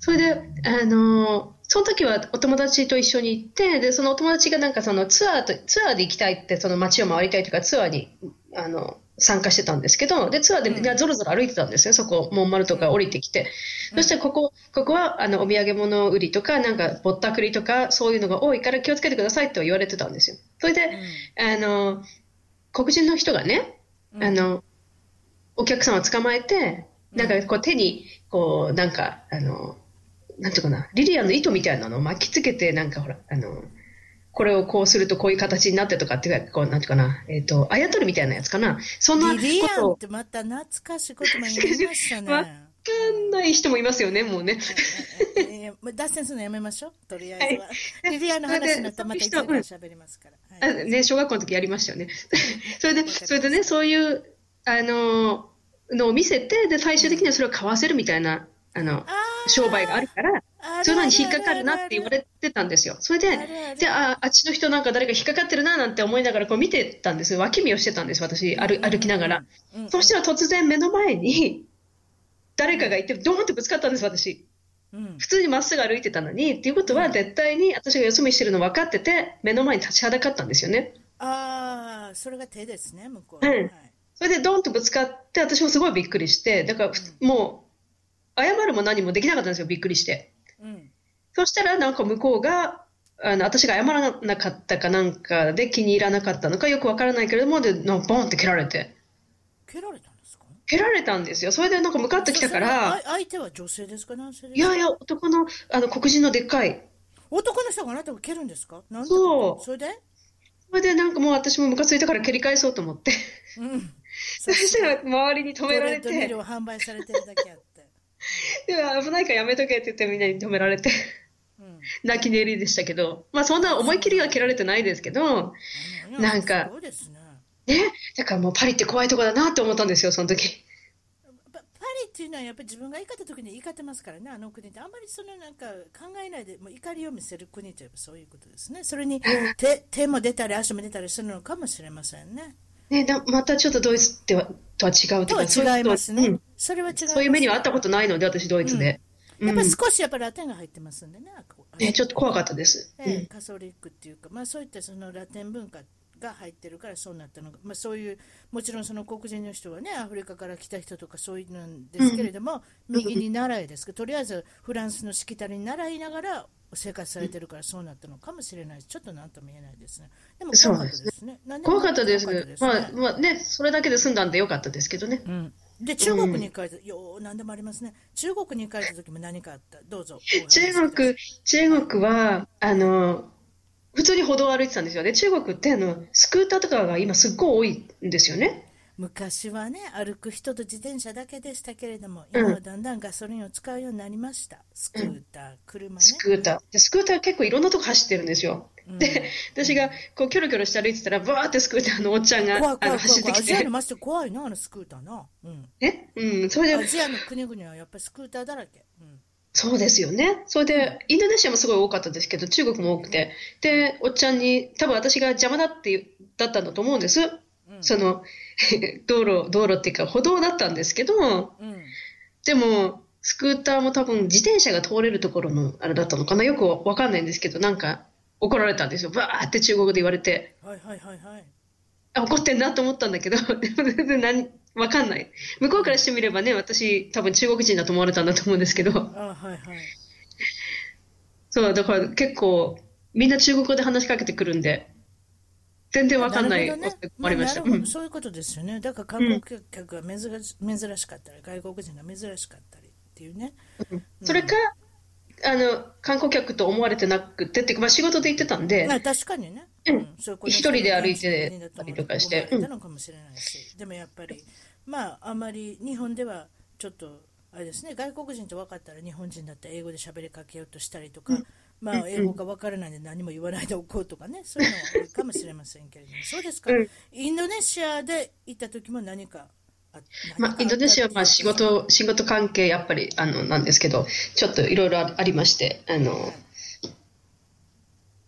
[SPEAKER 2] それで、あの、その時はお友達と一緒に行って、で、そのお友達がなんかそのツアーと、ツアーで行きたいって、その街を回りたいというか、ツアーに、あの、参加してたんですけど、で、ツアーでみんなゾロゾロ歩いてたんですね、そこ、モンマルトから降りてきて。そしてここ、ここは、あの、お土産物売りとか、なんか、ぼったくりとか、そういうのが多いから気をつけてくださいと言われてたんですよ。それで、あの、黒人の人がね、あの、お客様捕まえて、なんかこう手に、こう、なんか、あの、なんていうかな、リリアンの糸みたいなのを巻きつけて、なんかほら、あの、これをこうするとこういう形になってとかっていうか、こう、なんていうかな、えっ、と、あやとりみたいなやつかな。そんなこ
[SPEAKER 1] リリア
[SPEAKER 2] と
[SPEAKER 1] ン
[SPEAKER 2] を
[SPEAKER 1] っ、てまた懐かしいことも言いました
[SPEAKER 2] わか
[SPEAKER 1] ね。
[SPEAKER 2] んない人もいますよね、もうね。
[SPEAKER 1] ええええもう脱線するのやめましょう、とりあえずは。リリアンの
[SPEAKER 2] それ
[SPEAKER 1] 話
[SPEAKER 2] で
[SPEAKER 1] になったらまた一
[SPEAKER 2] その
[SPEAKER 1] 時
[SPEAKER 2] 人
[SPEAKER 1] 間喋りますから。はい
[SPEAKER 2] あね、小学校の時やりましたよね。 それで、それでね、そういう、あの、のを見せて、で、最終的にはそれを買わせるみたいな、あの、商売があるから、
[SPEAKER 1] ある
[SPEAKER 2] そういうのに引っかかるなって言われてたんですよ。それで
[SPEAKER 1] るある、
[SPEAKER 2] じゃあ、あっちの人なんか誰か引っかかってるななんて思いながらこう見てたんですよ。脇見をしてたんです、私、歩歩きながら。そしたら突然目の前に、誰かがいて、ドーンってぶつかったんです、私。
[SPEAKER 1] うん
[SPEAKER 2] 普通にまっすぐ歩いてたのに、っていうことは絶対に私がよそ見してるの分かってて、目の前に立ちはだかったんですよね。
[SPEAKER 1] ああ、それが手ですね、向こう。
[SPEAKER 2] うん
[SPEAKER 1] はい
[SPEAKER 2] それでドンとぶつかって、私もすごいびっくりして、だからふもう、謝るも何もできなかったんですよ、びっくりして。
[SPEAKER 1] うん
[SPEAKER 2] そしたら、なんか向こうが、あの私が謝らなかったかなんかで気に入らなかったのかよくわからないけれども、で、なんかボンって蹴られて。
[SPEAKER 1] 蹴られたんですか
[SPEAKER 2] 蹴られたんですよ。それでなんか向かってきたか
[SPEAKER 1] そ
[SPEAKER 2] ら
[SPEAKER 1] れ、あ相手は女性ですか、男性ですか
[SPEAKER 2] いやいや、男の、あの、黒人のでっかい。
[SPEAKER 1] 男の人があなたを蹴るんですかなんて
[SPEAKER 2] そう
[SPEAKER 1] それで
[SPEAKER 2] それでなんかもう私もムカついたから蹴り返そうと思って。
[SPEAKER 1] うん。
[SPEAKER 2] そしたら周りに止
[SPEAKER 1] ト
[SPEAKER 2] めら
[SPEAKER 1] レ
[SPEAKER 2] れ
[SPEAKER 1] ッドミ
[SPEAKER 2] て
[SPEAKER 1] ル、を販売されてるだけあって。
[SPEAKER 2] では危ないからやめとけって言ってみんなに止められて。
[SPEAKER 1] うん
[SPEAKER 2] 泣き寝入りでしたけど、まあそんな思い切りは蹴られてないですけど、
[SPEAKER 1] いや
[SPEAKER 2] なんか
[SPEAKER 1] すごいですね。
[SPEAKER 2] ね、だからもうパリって怖いとこだなって思ったんですよ、その時。
[SPEAKER 1] パパリっていうのはやっぱり自分が怒った時に怒ってますからね、あの国って、あんまりそのなんか考えないで、もう怒りを見せる国といえばそういうことですね、それに手手も出たり、足も出たりするのかもしれませんね。
[SPEAKER 2] ね、だまたちょっとドイツではとは違う
[SPEAKER 1] と
[SPEAKER 2] と
[SPEAKER 1] は
[SPEAKER 2] かそうう
[SPEAKER 1] 違います
[SPEAKER 2] う
[SPEAKER 1] ね
[SPEAKER 2] ん。
[SPEAKER 1] それは違います。
[SPEAKER 2] そういう目にはあったことないので、私、ドイツで。
[SPEAKER 1] やっぱ
[SPEAKER 2] うん
[SPEAKER 1] 少しやっぱラテンが入ってますんでね。あこあ
[SPEAKER 2] ね、ちょっと怖かったです。
[SPEAKER 1] ええカソリックっていうか、まあ、そういったそのラテン文化が入ってるからそうなったのが、まあ、そういうもちろんその黒人の人はねアフリカから来た人とかそういうんですけれども、右に習いですけどとりあえずフランスのしきたりに習いながら生活されてるからそうなったのかもしれないしちょっとなんとも言えないですねでも怖かったですねなんでも
[SPEAKER 2] 怖かったです。
[SPEAKER 1] 怖か
[SPEAKER 2] まあ、まあね、それだけで済んだんでよかったですけどね。
[SPEAKER 1] うんで中国に帰った、よう何でもありますね中国に帰った時も何かあったどうぞ
[SPEAKER 2] 中国、中国は、あの、普通に歩道を歩いてたんですよ。で、中国って、あの、スクーターとかが今すっごい多いんですよね。
[SPEAKER 1] 昔はね歩く人と自転車だけでしたけれども今はだんだんガソリンを使うようになりましたスクーター、車ね
[SPEAKER 2] スクーター。で、スクーター結構いろんなとこ走ってるんですよ。で、私がこう、キョロキョロして歩いてたら、バーってスクーターのおっちゃんが、
[SPEAKER 1] 怖い
[SPEAKER 2] あ
[SPEAKER 1] 怖
[SPEAKER 2] の、
[SPEAKER 1] い怖
[SPEAKER 2] 走
[SPEAKER 1] い
[SPEAKER 2] って
[SPEAKER 1] 怖いア
[SPEAKER 2] き
[SPEAKER 1] ジアの
[SPEAKER 2] て、
[SPEAKER 1] 街って怖いなあのスクーターな、うん、
[SPEAKER 2] ね、うん、それで
[SPEAKER 1] ア、ジアの国々はやっぱりスクーターだらけ、うん、
[SPEAKER 2] そうですよね。それで、インドネシアもすごい多かったですけど、中国も多くて。で、おっちゃんに、多分私が邪魔だって言う、だったんだと思うんです。その、 道路、道路っていうか歩道だったんですけど、
[SPEAKER 1] うん、
[SPEAKER 2] でも、スクーターも多分自転車が通れるところのあれだったのかなよくわかんないんですけど、なんか怒られたんですよ。バーって中国語で言われて、
[SPEAKER 1] はいはいはいはい
[SPEAKER 2] あ怒ってんなと思ったんだけど、でも全然何、わかんない。向こうからしてみればね、私多分中国人だと思われたんだと思うんですけど。
[SPEAKER 1] あはいはい
[SPEAKER 2] そう、だから結構、みんな中国語で話しかけてくるんで、全然わかんない
[SPEAKER 1] るほどね
[SPEAKER 2] 困りました。
[SPEAKER 1] まあなるほ
[SPEAKER 2] うん
[SPEAKER 1] どそういうことですよねだから観光客が珍し珍しかったり外国人が珍しかったりっていうね
[SPEAKER 2] それか、あの、観光客と思われてなくて、っていうか、まあ仕事で行ってたんで、
[SPEAKER 1] まあ確かにね、
[SPEAKER 2] ん
[SPEAKER 1] うんそういうこと
[SPEAKER 2] 一人で歩いてたりとかして
[SPEAKER 1] 思われたのかもしれないし、でもやっぱりまああまり日本ではちょっとあれですね外国人と分かったら日本人だったら英語で喋りかけようとしたりとか、まあ英語が分からないんで何も言わないでおこうとかねそういうのはあるかもしれませんけれどもそうですか、
[SPEAKER 2] うん
[SPEAKER 1] インドネシアで行った時も何かあ何かあ
[SPEAKER 2] ま
[SPEAKER 1] っ
[SPEAKER 2] あ、インドネシアはまあ仕事、仕事関係、やっぱり、あの、なんですけど、ちょっといろいろありまして、あの、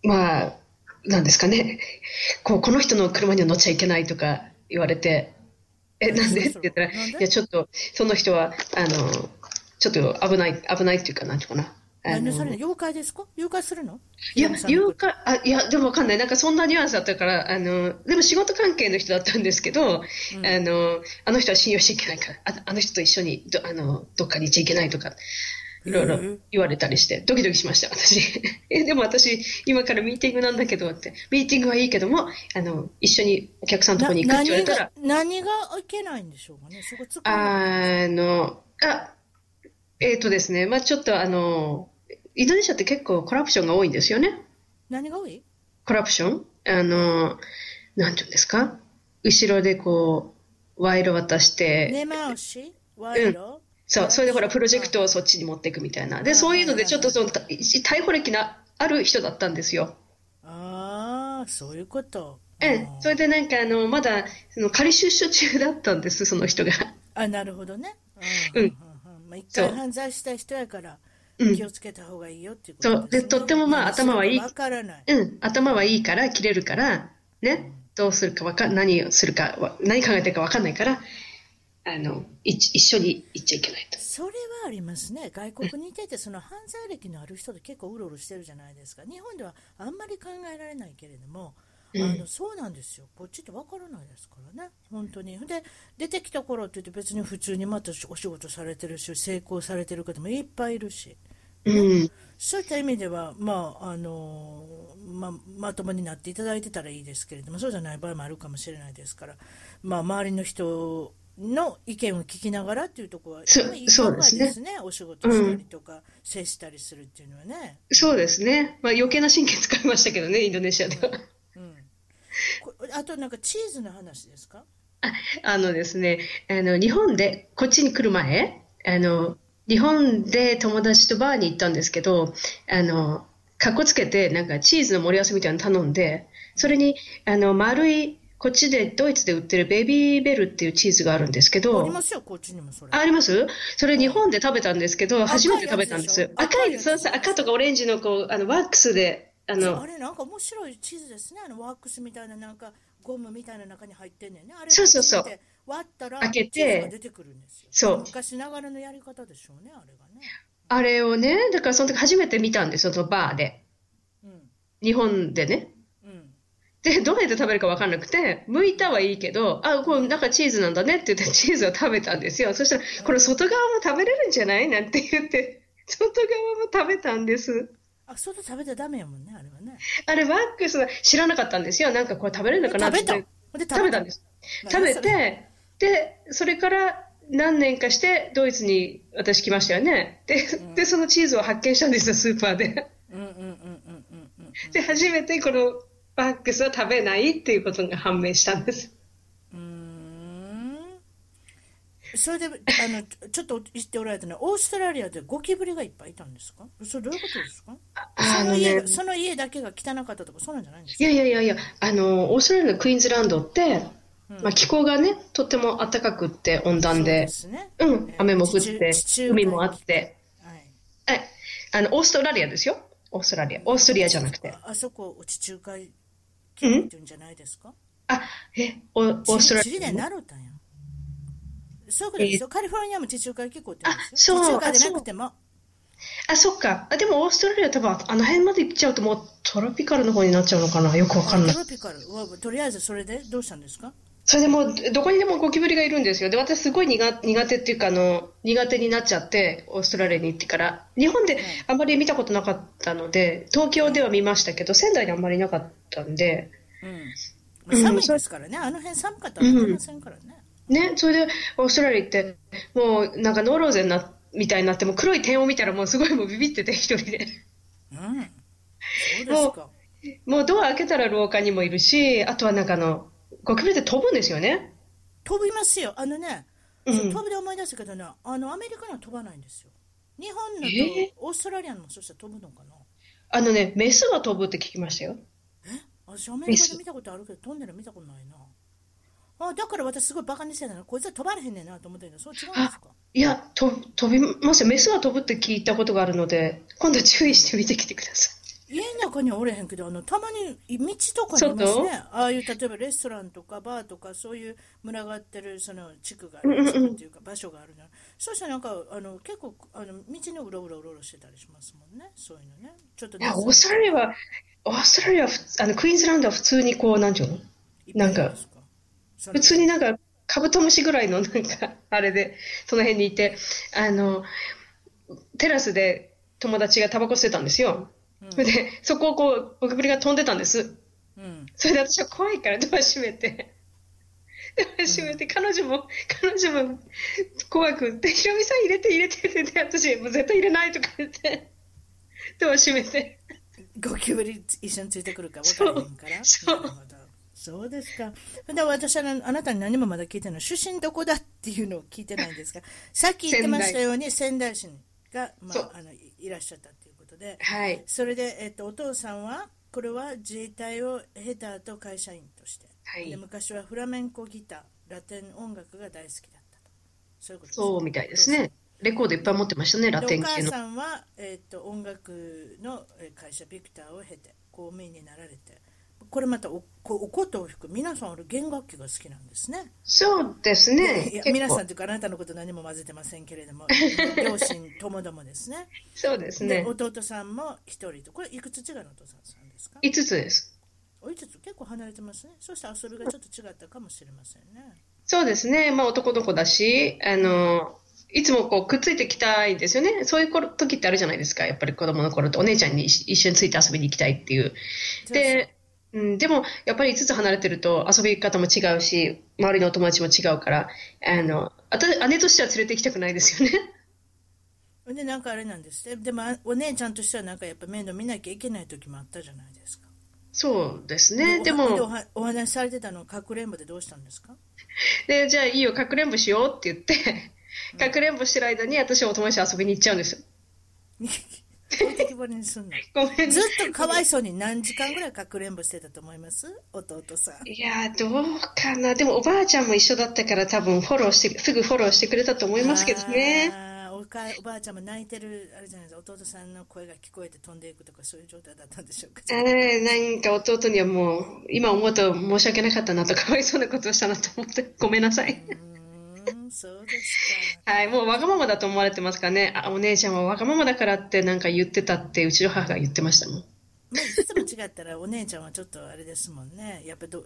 [SPEAKER 2] まあ、なんですかね、こう、この人の車には乗っちゃいけないとか言われて、え、なんでって言ったら、
[SPEAKER 1] なん
[SPEAKER 2] い
[SPEAKER 1] で
[SPEAKER 2] や、ちょっと、その人は、あの、ちょっと危ない、危ないっていうか、なんていうかな。あ
[SPEAKER 1] 何
[SPEAKER 2] の
[SPEAKER 1] をされるの妖怪ですか誘拐するの
[SPEAKER 2] い
[SPEAKER 1] ヒ
[SPEAKER 2] や、
[SPEAKER 1] ロミさんのこ
[SPEAKER 2] 言う
[SPEAKER 1] と
[SPEAKER 2] か、あ、いや、でもわかんない。なんかそんなニュアンスだったから、あの、でも仕事関係の人だったんですけど、あの、あの人は信用しちゃいけないから、ああの人と一緒にど、あの、どっかに行っちゃいけないとか、いろいろ言われたりして、ドキドキしました、私。 え、でも私、今からミーティングなんだけどって、ミーティングはいいけども、あの、一緒にお客さんのとこに行くって言われたら、
[SPEAKER 1] 何が何がいけないんでしょうかねそこ突っ込んで
[SPEAKER 2] あの、あ、えっ、とですね、まあちょっとあの、インドネシアって結構コラプションが多いんですよね。
[SPEAKER 1] 何が多い
[SPEAKER 2] コラプションあの、なんていうんですか後ろでこう、賄賂渡して、
[SPEAKER 1] 根回し賄賂
[SPEAKER 2] そう、それでほら、プロジェクトをそっちに持っていくみたいな。で、そういうので、ちょっとその、た逮捕歴のある人だったんですよ。
[SPEAKER 1] ああそういうこと
[SPEAKER 2] ええ、それでなんか、あの、まだ、その、仮出所中だったんです、その人が。
[SPEAKER 1] あなるほどね
[SPEAKER 2] うん
[SPEAKER 1] うんまあ一
[SPEAKER 2] そう
[SPEAKER 1] 回犯罪した人やから気をつけた方がいいよっていうこと
[SPEAKER 2] そう、で、とってもまあ、頭はいい。
[SPEAKER 1] わからない
[SPEAKER 2] うん、頭はいいから、切れるから、ね、どうするかわか、何をするかわ、何考えてるかわかんないから、あの、い一緒に行っちゃいけないと。
[SPEAKER 1] それはありますね、外国にいてて、その犯罪歴のある人って結構うろうろしてるじゃないですか、日本ではあんまり考えられないけれども、あのそうなんですよ、こっちってわからないですからね、本当に。で、出てきた頃って言って、別に普通にまたお仕事されてるし、成功されてる方もいっぱいいるし。
[SPEAKER 2] うん。
[SPEAKER 1] そういった意味では、まああのまあ、まともになっていただいてたらいいですけれどもそうじゃない場合もあるかもしれないですから、まあ、周りの人の意見を聞きながらっていうところは
[SPEAKER 2] そう
[SPEAKER 1] まあいい考え
[SPEAKER 2] そうです
[SPEAKER 1] ねお仕事したりとか、接したりするっていうのはね、
[SPEAKER 2] そうですね。まあ余計な神経使いましたけどね、インドネシアでは。
[SPEAKER 1] うん、こあとなんかチーズの話ですか
[SPEAKER 2] あのですね、あの、日本で、こっちに来る前、あの、日本で友達とバーに行ったんですけど、あの、かっこつけて、なんかチーズの盛り合わせみたいなの頼んで、それに、あの、丸い、こっちで、ドイツで売ってるベビーベルっていうチーズがあるんですけ
[SPEAKER 1] あ
[SPEAKER 2] ど、
[SPEAKER 1] りますよこっちにもそれ
[SPEAKER 2] あありますそれ日本で食べたんですけど、初めて食べたんです。
[SPEAKER 1] 赤
[SPEAKER 2] 赤
[SPEAKER 1] い
[SPEAKER 2] い
[SPEAKER 1] やつでしょ
[SPEAKER 2] そうそう、赤とかオレンジのこう、あの、ワックスで、あ
[SPEAKER 1] そうあ
[SPEAKER 2] の、
[SPEAKER 1] れなんか面白い地図ですねあのワークスみたいななんかゴムみたいな中に入ってんねんね。あれ
[SPEAKER 2] そうそうそう
[SPEAKER 1] パチンって割ったら
[SPEAKER 2] 開けて
[SPEAKER 1] チーズが出てくるんですよ。
[SPEAKER 2] そう
[SPEAKER 1] 昔ながらのやり方でしょうね、あれがね。
[SPEAKER 2] あれをね、だからその時初めて見たんですよ、そのバーで。
[SPEAKER 1] うん
[SPEAKER 2] 日本でね。
[SPEAKER 1] うん
[SPEAKER 2] で、どうやって食べるか分かんなくて、剥いたはいいけど、あ、これなんかチーズなんだねって言ってチーズを食べたんですよ。そしたら、これ外側も食べれるんじゃないなんて言って、外側も食べたんです。
[SPEAKER 1] あ、外食べちゃダメやもんね、あれはね。
[SPEAKER 2] あれ、ワックスは知らなかったんですよ。なんかこれ食べれるのかな
[SPEAKER 1] 食
[SPEAKER 2] っ
[SPEAKER 1] べ
[SPEAKER 2] て
[SPEAKER 1] た。ほんで
[SPEAKER 2] 食べたんです。食べ。て、で、それから何年かして、ドイツに私来ましたよね。で、で、そのチーズを発見したんですよ、スーパーで。
[SPEAKER 1] 何それうんうんうんうんうんうん。
[SPEAKER 2] で、初めてこのワックスは食べないっていうことが判明したんです。
[SPEAKER 1] うーんそれであのちちょっと言っておられたのはオーストラリアでゴキブリがいっぱいいたんですかそれどういうことですかその家その家だけが汚かったとかそうなんじゃないんです
[SPEAKER 2] い
[SPEAKER 1] か
[SPEAKER 2] やいやいやいや、あの、オーストラリアのクイーンズランドって、まあ、気候がね、とっても暖かくって、温暖で、
[SPEAKER 1] そうですね、
[SPEAKER 2] うん、雨も降っ
[SPEAKER 1] 地
[SPEAKER 2] て
[SPEAKER 1] 中地、中
[SPEAKER 2] 海もあって、
[SPEAKER 1] はい、
[SPEAKER 2] え、あの、オーストラリアですよ。オーストラリア。オーストリアじゃなくて。
[SPEAKER 1] あそこ地中海系って言うんじゃないですか、
[SPEAKER 2] あ、え、オオーストラ
[SPEAKER 1] チリ
[SPEAKER 2] リ
[SPEAKER 1] で
[SPEAKER 2] ア。
[SPEAKER 1] なるたんやそういうことですよ、カリフォルニアも地中海結構って言うんですよ
[SPEAKER 2] あそう
[SPEAKER 1] 地中海じゃなくても
[SPEAKER 2] あ、そっか。あ、でもオーストラリア多分、あの辺まで行っちゃうともうトロピカルの方になっちゃうのかな。よくわかんない
[SPEAKER 1] ト。ロピカルはとりあえずそれでどうしたんですか
[SPEAKER 2] それでもう、どこにでもゴキブリがいるんですよ。で、私すごい苦苦手っていうか、あの、苦手になっちゃって、オーストラリアに行ってから。日本であんまり見たことなかったので、東京では見ましたけど、仙台にあんまりなかったんで、
[SPEAKER 1] うん、寒いですからね、あの辺寒かったら出ませんからね。
[SPEAKER 2] ね、それでオーストラリア行って、もうなんかノーローゼンな、みたいになって、もう黒い点を見たらもうすごいもうビビってて、一人で。
[SPEAKER 1] うん、そうですか。
[SPEAKER 2] もうドア開けたら廊下にもいるし、あとはなんかあの、ゴキブリって飛ぶんですよね。
[SPEAKER 1] 飛びますよ、あのね、
[SPEAKER 2] うん
[SPEAKER 1] そう飛びで思い出したけどね、あのアメリカのは飛ばないんですよ。日本の
[SPEAKER 2] え
[SPEAKER 1] とオーストラリアのもそしたら飛ぶのかな。
[SPEAKER 2] あのね、メスが飛ぶって聞きましたよ。
[SPEAKER 1] 私、アメリカで見たことあるけど、飛んでるの見たことないな。あだから私、すごいバカにしてたの、こいつは飛ばれへんねんなと思ってるの、そう違うんですか。
[SPEAKER 2] いや、と飛びますよ。メスが飛ぶって聞いたことがあるので、今度注意して見てきてください。
[SPEAKER 1] 家の中にはおれへんけど、あのたまに道とかにいますね、ああいう例えばレストランとかバーとか、そういう群がってるその地区がある、地区っていうか場所があるの、そうしたらなんかあの結構あの道のうろうろうろうろしてたりしますもんね、そういうのね、ちょっと
[SPEAKER 2] いや、オーストラリアは、オーストラリアはふつ、あの、クイーンズランドは普通にこう、なんていうのなんか、
[SPEAKER 1] それ
[SPEAKER 2] 普通になんか、カブトムシぐらいの、なんか、あれで、その辺にいて、あの、テラスで友達がタバコ吸ってたんですよ。それで、そこをこう、ゴキブリが飛んでたんです。
[SPEAKER 1] うん、
[SPEAKER 2] それで私は怖いからドア閉めて、ドア閉めて、彼女も、彼女も怖くって、ひろみさん入れて入れてって言って、私もう絶対入れないとか言って、ドア閉めて、
[SPEAKER 1] ゴキブリ一緒についてくるか分からへんから、
[SPEAKER 2] そう
[SPEAKER 1] なるほどそうですか。で私はあのあなたに何もまだ聞いてない、出身どこだっていうのを聞いてないんです が、さっき言ってましたように仙台市が、ま
[SPEAKER 2] そう
[SPEAKER 1] あ、あのいいらっしゃったということで、
[SPEAKER 2] はい。
[SPEAKER 1] それで、えっと、お父さんはこれは自衛隊を経た後会社員として、
[SPEAKER 2] はい
[SPEAKER 1] で昔はフラメンコギターラテン音楽が大好きだったとそういうことですね
[SPEAKER 2] そうみたいですね。レコードいっぱい持ってましたね、
[SPEAKER 1] お
[SPEAKER 2] ラ
[SPEAKER 1] 父さ
[SPEAKER 2] テ
[SPEAKER 1] ん
[SPEAKER 2] ン
[SPEAKER 1] でお母
[SPEAKER 2] 系の。
[SPEAKER 1] さんは、えっと音楽のえー会社ビクターを経て公務員になられてこれまたおこお琴を弾く皆さんあれ弦楽器が好きなんですね
[SPEAKER 2] そうです
[SPEAKER 1] い
[SPEAKER 2] ね
[SPEAKER 1] や。
[SPEAKER 2] 結
[SPEAKER 1] 皆さ
[SPEAKER 2] 構
[SPEAKER 1] ん。というかあなたのこと何も混ぜてませんけれど も両親ともどもですね
[SPEAKER 2] そうです
[SPEAKER 1] で
[SPEAKER 2] ね。
[SPEAKER 1] 弟さんも一人とこれいくつ違うのお父さんさんですか
[SPEAKER 2] 5つです。
[SPEAKER 1] おいつつ結構離れてますね。そして遊びがちょっと違ったかもしれませんね。
[SPEAKER 2] そうですね。まあ男の子だし、あの、いつもこうくっついてきたいんですよね。そういう頃時ってあるじゃないですか。やっぱり子供の頃ってお姉ちゃんに一一緒について遊びに行きたいっていう。で、うん、でもやっぱり5つ離れてると遊び方も違うし、周りのお友達も違うから、あの、私、姉としては連れて行きたくないですよね。
[SPEAKER 1] で、なんかあれなんですね。でも、あお姉ちゃんとしてはなんかやっぱ面倒見なきゃいけない時もあったじゃないですか。
[SPEAKER 2] そうですね。で
[SPEAKER 1] おお
[SPEAKER 2] も、
[SPEAKER 1] はお話しされてたのをかくれんぼでどうしたん ですか
[SPEAKER 2] で、じゃあいいよ、かくれんぼしようって言って、かくれんぼしてる間に私はお友達と遊びに行っちゃうんですよ。
[SPEAKER 1] 置いてきぼりにすんの。
[SPEAKER 2] ごめんね
[SPEAKER 1] ずっとかわいそうに何時間ぐらいかくれんぼしてたと思います弟さん。
[SPEAKER 2] いやー、どうかな。でもおばあちゃんも一緒だったから多分フォローして、すぐフォローしてくれたと思いますけどね。
[SPEAKER 1] あーおおかおばあちゃんも泣いてるあれじゃないですか弟さんの声が聞こえて飛んでいくとかそういう状態だったんでしょうか
[SPEAKER 2] えー、なんか弟にはもう今思うと申し訳なかったなとかわいそうなことをしたなと思ってごめんなさい。
[SPEAKER 1] うーんそうです
[SPEAKER 2] はい、もうわがままだと思われてますからね。あ、お姉ちゃんはわがままだからってなんか言ってたって、うちの母が言ってましたもん。
[SPEAKER 1] か、まあ、いつも違ったらお姉ちゃんはちょっとあれですもんねやっぱど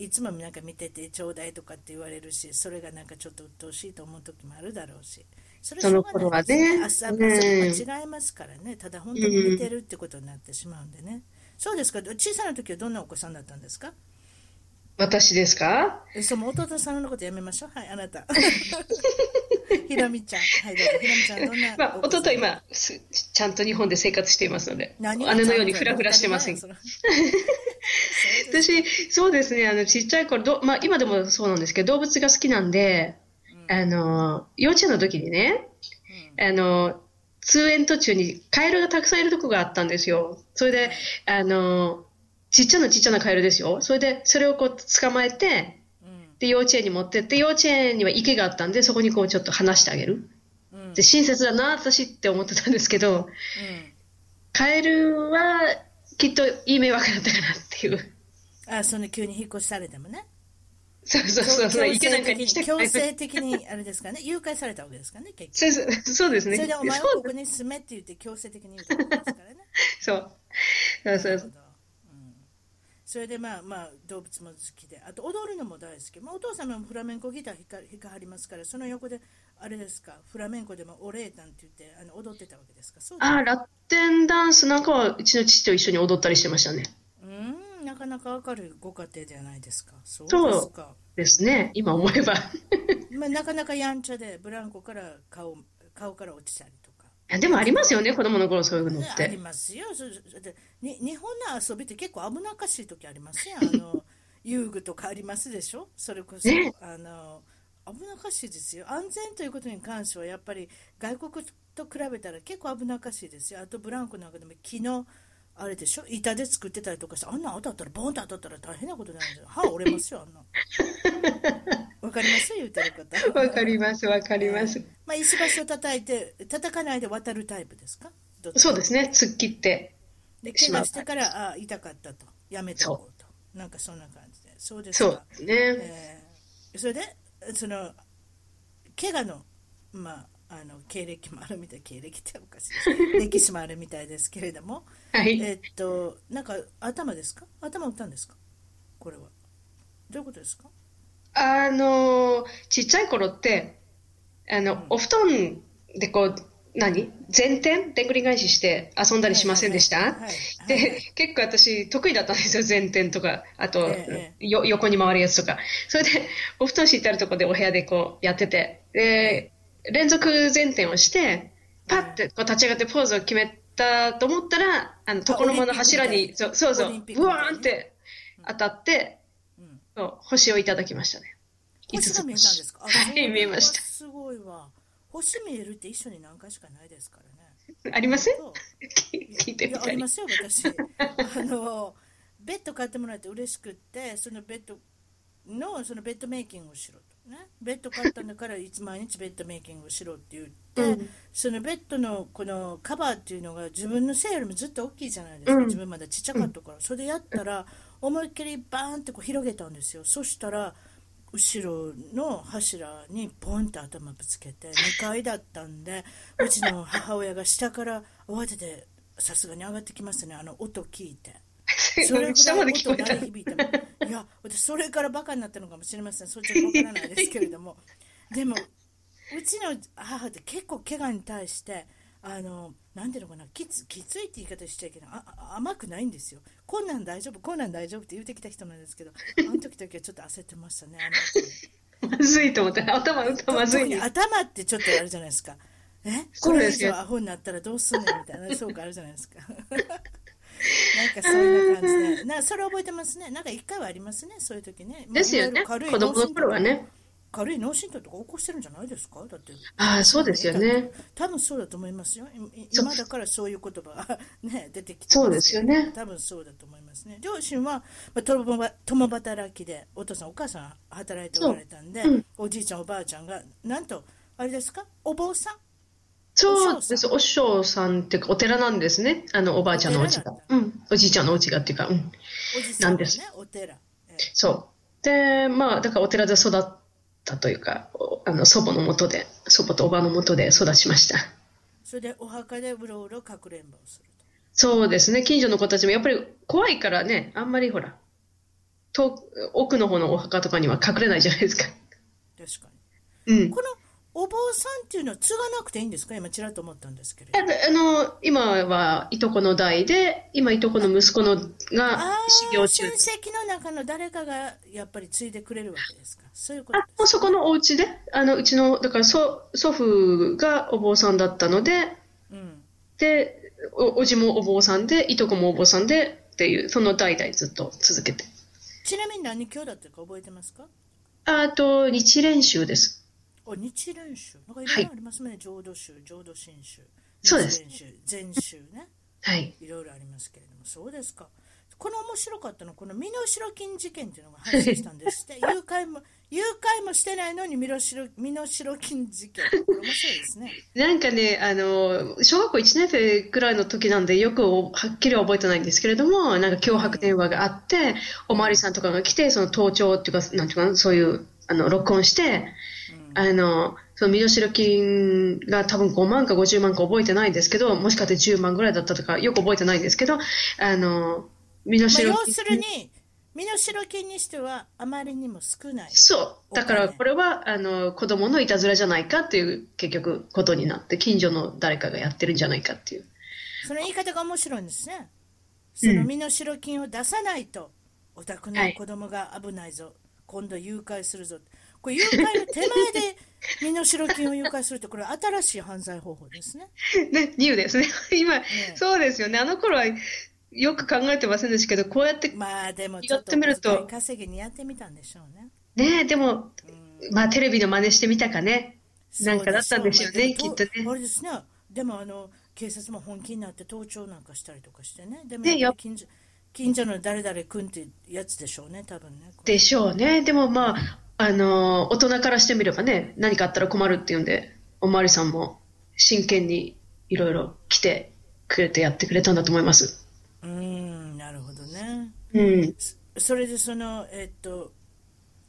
[SPEAKER 1] いいつもなんか見ててちょうだいとかって言われるしそれがなんかちょっと鬱陶しいと思う時もあるだろうしそれはしょうがないです
[SPEAKER 2] そ
[SPEAKER 1] あそ
[SPEAKER 2] の頃はね
[SPEAKER 1] こは違いますからねただ本当に似てるってことになってしまうんでね、そうですか小さな時はどんなお子さんだったんですか
[SPEAKER 2] 私ですか
[SPEAKER 1] えそうもう弟さんのことやめましょうはいあ なたひろみちゃんはいどうぞひろみちゃんどんな
[SPEAKER 2] まあ、
[SPEAKER 1] お子さん
[SPEAKER 2] 弟今す、ちゃんと日本で生活していますので、
[SPEAKER 1] 何が
[SPEAKER 2] 姉のようにフラフラしてません。
[SPEAKER 1] その
[SPEAKER 2] 私、そうですね、あの、ちっちゃい頃、どまあ、今でもそうなんですけど、動物が好きなんで、あの、幼稚園の時にね、あの、通園途中にカエルがたくさんいるとこがあったんですよ。それで、あの、ちっちゃなちっちゃなカエルですよ。それで、それをこう捕まえて、
[SPEAKER 1] うん
[SPEAKER 2] で、幼稚園に持ってって、幼稚園には池があったんで、そこにこうちょっと離してあげる。
[SPEAKER 1] うん
[SPEAKER 2] で、親切だな、私って思ってたんですけ
[SPEAKER 1] う
[SPEAKER 2] ど、
[SPEAKER 1] ん
[SPEAKER 2] カエルはきっといい迷惑だったかなっていう。
[SPEAKER 1] あその急に引っ越しされてもね
[SPEAKER 2] そうそうそう、その池なんかに来たく
[SPEAKER 1] 強
[SPEAKER 2] ない。
[SPEAKER 1] 制的に強制的にあれですかね誘拐されたわけですかね結
[SPEAKER 2] そうそうそうです
[SPEAKER 1] 局
[SPEAKER 2] ね。
[SPEAKER 1] それでお前は
[SPEAKER 2] そう
[SPEAKER 1] ここに住めって言って強制的に言ったわけですからね
[SPEAKER 2] そう。 そうそう
[SPEAKER 1] なる
[SPEAKER 2] そ
[SPEAKER 1] ほ
[SPEAKER 2] う
[SPEAKER 1] どうんそれでまあまあ動物も好きであと踊るのも大好き、まあ、お父様もフラメンコギター弾か弾かはりますからその横であれですかフラメンコでもオレータンって言ってあの踊ってたわけですかそうです
[SPEAKER 2] あー、ラテンダンスなんかはうちの父と一緒に踊ったりしてましたね。
[SPEAKER 1] うんなかなか明るいご家庭じゃないですかそう
[SPEAKER 2] そう
[SPEAKER 1] ですか
[SPEAKER 2] ですね。今思えば。
[SPEAKER 1] まあ、なかなかやんちゃでブランコから顔顔から落ちたりとか
[SPEAKER 2] あでもありますよね、子供の頃そういうのっ
[SPEAKER 1] あり
[SPEAKER 2] て。
[SPEAKER 1] ますよそそでに日本の遊びって結構危なっかしい時ありますやんあ の遊具とかありますでしょそれこそ、
[SPEAKER 2] ね
[SPEAKER 1] あの危なっかしいですよ安全ということに関してはやっぱり外国と比べたら結構危なっかしいですよあとブランコなんかでも木のあれでしょ板で作ってたりとかしてあんなん当たったらボンと当たったら大変なことになるんですよ歯折れますよあん なわかります言うてること
[SPEAKER 2] わかります、わかります。
[SPEAKER 1] まあ、石橋を叩いて叩かないで渡るタイプですかどっち
[SPEAKER 2] そうですね、突っ切って。
[SPEAKER 1] で
[SPEAKER 2] し
[SPEAKER 1] 怪
[SPEAKER 2] まう
[SPEAKER 1] 我してからあ痛かったとやめておこうとなんかそんな感じでそうです
[SPEAKER 2] そう
[SPEAKER 1] か
[SPEAKER 2] ですね。
[SPEAKER 1] えーそれでその怪我のまああの経歴もあるみたい経歴っておかしいです 歴史もあるみたいですけれども
[SPEAKER 2] はい。
[SPEAKER 1] えっとなんか頭ですか頭打ったんですかこれはどういうことですか
[SPEAKER 2] あのー、ちっちゃい頃って、あの、お布団でこう、何前転でんぐり返しして遊んだりしませんでし
[SPEAKER 1] はい
[SPEAKER 2] た
[SPEAKER 1] はいはいはいはい
[SPEAKER 2] で、結構私得意だったんですよ、前転とか、あと、
[SPEAKER 1] え
[SPEAKER 2] よ横に回るやつとか。それで、お布団敷いてあるとこでお部屋でこうやってて、で、連続前転をして、パッてこう立ち上がってポーズを決めたと思ったら、あの、床の間の
[SPEAKER 1] オ
[SPEAKER 2] 柱
[SPEAKER 1] リンピック
[SPEAKER 2] に、
[SPEAKER 1] みたい
[SPEAKER 2] そうそうそ
[SPEAKER 1] オリン
[SPEAKER 2] う、
[SPEAKER 1] ピック
[SPEAKER 2] ブ
[SPEAKER 1] み
[SPEAKER 2] ワ
[SPEAKER 1] たいにね
[SPEAKER 2] ーンって当たって、
[SPEAKER 1] うん
[SPEAKER 2] そう星をいただきましたね。
[SPEAKER 1] 星が見えたんですかあ
[SPEAKER 2] はい
[SPEAKER 1] それは
[SPEAKER 2] 見えました
[SPEAKER 1] すごいわ星見えるって一緒に何回しかないですからね
[SPEAKER 2] ありません
[SPEAKER 1] そう
[SPEAKER 2] 聞いて
[SPEAKER 1] い
[SPEAKER 2] み
[SPEAKER 1] やあ
[SPEAKER 2] た
[SPEAKER 1] り
[SPEAKER 2] い
[SPEAKER 1] ま。すよ私あのベッド買ってもらって嬉しくってそのベッドのそのベッドメイキングをしろとねベッド買ったんだからいつ毎日ベッドメイキングをしろって言って、そのベッドのこのカバーっていうのが自分の背よりもずっと大きいじゃないですか、自分まだちっちゃかったから、それでやったら思いっきりバーンってこう広げたんですよそしたら後ろの柱にポンって頭ぶつけて2階だったんでうちの母親が下から慌ててさすがに上がってきましたねあの音聞いて。それぐらい
[SPEAKER 2] 下まで聞こえ
[SPEAKER 1] 音
[SPEAKER 2] た
[SPEAKER 1] 鳴。り響いたのいや私それからバカになったのかもしれませんそっちは分からないですけれど もでもうちの母って結構怪我に対してあのなんていうのかなきつきついって言い方しちゃいけないああ甘くないんですよこんなん大丈夫こんなん大丈夫って言ってきた人なんですけどあの時だけはちょっと焦ってましたねあの人
[SPEAKER 2] まずいと思って、頭打ったまずい
[SPEAKER 1] 特に
[SPEAKER 2] ね。
[SPEAKER 1] 頭ってちょっとあるじゃないですか。えこ
[SPEAKER 2] そう
[SPEAKER 1] れ
[SPEAKER 2] で
[SPEAKER 1] 以
[SPEAKER 2] すよ
[SPEAKER 1] 上アホになったらどうすんねんみたいな、そうかあるじゃないですか。 なんかそんな感じで、なそれ覚えてますね。なんか一回はありますね、そういう時ね。まあ
[SPEAKER 2] ですよ
[SPEAKER 1] いわゆ
[SPEAKER 2] ね。
[SPEAKER 1] る
[SPEAKER 2] 子
[SPEAKER 1] 軽い
[SPEAKER 2] 供の頃はね。
[SPEAKER 1] 軽い脳震盪とか起こしてるんじゃないですかだって。
[SPEAKER 2] ああ、そうですよね。
[SPEAKER 1] 多分そうだと思いますよ。いい
[SPEAKER 2] そう
[SPEAKER 1] 今だからそういう言葉が ね出てきてます
[SPEAKER 2] そうですよね
[SPEAKER 1] 多分そうだと思いますね。両親は、まあ、共ば共働きでお父さんお母さん働いておられたんで、おじいちゃんおばあちゃんがなんとあれですかお坊さん
[SPEAKER 2] そうです。お師匠さんっていうか、お寺なんですね。あの、おばあちゃんのお家が
[SPEAKER 1] お。
[SPEAKER 2] うん。おじいちゃんのお家がっていうか、うん。
[SPEAKER 1] おじさん
[SPEAKER 2] なん
[SPEAKER 1] の
[SPEAKER 2] で
[SPEAKER 1] ね
[SPEAKER 2] す、
[SPEAKER 1] お寺。ええ
[SPEAKER 2] そう。で、まあ、だからお寺で育ったというか、おあの、祖母のもとで、祖母とおばのもとで育ちました。
[SPEAKER 1] それでお墓でうろうろかくれんぼをすると。
[SPEAKER 2] そうですね。近所の子たちもやっぱり怖いからね、あんまりほら、遠く奥の方のお墓とかには隠れないじゃないですか。
[SPEAKER 1] 確かに。
[SPEAKER 2] うん。
[SPEAKER 1] このお坊さんっていうのは継がなくていいんですか今ちらっと思ったんですけれど。
[SPEAKER 2] ああの、今はいとこの代で、今いとこの息子の
[SPEAKER 1] あ
[SPEAKER 2] が修
[SPEAKER 1] あ、
[SPEAKER 2] 行中
[SPEAKER 1] 親。戚の中の誰かがやっぱり継いでくれるわけですか。そういうこ
[SPEAKER 2] あ
[SPEAKER 1] と
[SPEAKER 2] もうそこのお家で、あの、うちの、だから祖、祖父がお坊さんだったので、
[SPEAKER 1] うん。
[SPEAKER 2] で、お、おじもお坊さんで、いとこもお坊さんでっていう、その代々ずっと続けて。
[SPEAKER 1] ちなみに何教だったか覚えてますか
[SPEAKER 2] あと、日蓮宗です。
[SPEAKER 1] お日蓮宗。なんかいろいろありますね。浄土宗、浄土真宗。
[SPEAKER 2] そうです
[SPEAKER 1] 日蓮宗、禅宗ね。
[SPEAKER 2] はい。
[SPEAKER 1] いろいろありますけれども、そうですか。この面白かったのは、この身代金事件っていうのが発生したん ですって、誘拐も、誘拐もしてないのに身代、身代金事件。これ面白いですね。
[SPEAKER 2] なんかね、あの、小学校1年生くらいの時なんで、よくおはっきりは覚えてないんですけれども、なんか脅迫電話があって、おまわりさんとかが来て、その盗聴っていうか、なんていうかな、そういう、あの、録音して、あの、その身代金が多分5万か50万か覚えてないんですけど、もしかして10万ぐらいだったとか、よく覚えてないんですけど、あの、 身代金。
[SPEAKER 1] まあ、要するに、身代金にしてはあまりにも少ない。
[SPEAKER 2] そう。だか
[SPEAKER 1] お
[SPEAKER 2] ら、
[SPEAKER 1] 金
[SPEAKER 2] これは、あの、子供のいたずらじゃないかっていう、結局、ことになって、近所の誰かがやってるんじゃないかっていう。
[SPEAKER 1] その言い方が面白いんですね。その身代金を出さないと、お宅の子供が危ないぞ、今度誘拐するぞ。これ誘拐の 手前で身代金を誘拐するって、これ新しい犯罪方法ですね。
[SPEAKER 2] ね、ニューですね。 今、そうですよね。あの頃は、よく考えてませんでしたけど、こうやって、
[SPEAKER 1] まあでもちょ
[SPEAKER 2] や
[SPEAKER 1] っ
[SPEAKER 2] っ
[SPEAKER 1] と
[SPEAKER 2] てみると
[SPEAKER 1] お小遣い稼ぎにやってみたんでしょうね。
[SPEAKER 2] ね、でも、まあ、テレビの真似してみたかね。なんかだったんでしょうね、
[SPEAKER 1] そ
[SPEAKER 2] きっ
[SPEAKER 1] う
[SPEAKER 2] と
[SPEAKER 1] でしょう
[SPEAKER 2] ね。
[SPEAKER 1] あれですね。でもあの警察も本気になって盗聴なんかしたりとかしてね。でも
[SPEAKER 2] ね
[SPEAKER 1] やっぱり近所近所の誰々君ってやつでしょうね、多分ね。
[SPEAKER 2] でしょうね。でもまあ、あの、大人からしてみればね、何かあったら困るっていうんで、おまわりさんも真剣にいろいろ来てくれてやってくれたんだと思います。
[SPEAKER 1] うーん、なるほどね。
[SPEAKER 2] うん。
[SPEAKER 1] そそれでそのえっと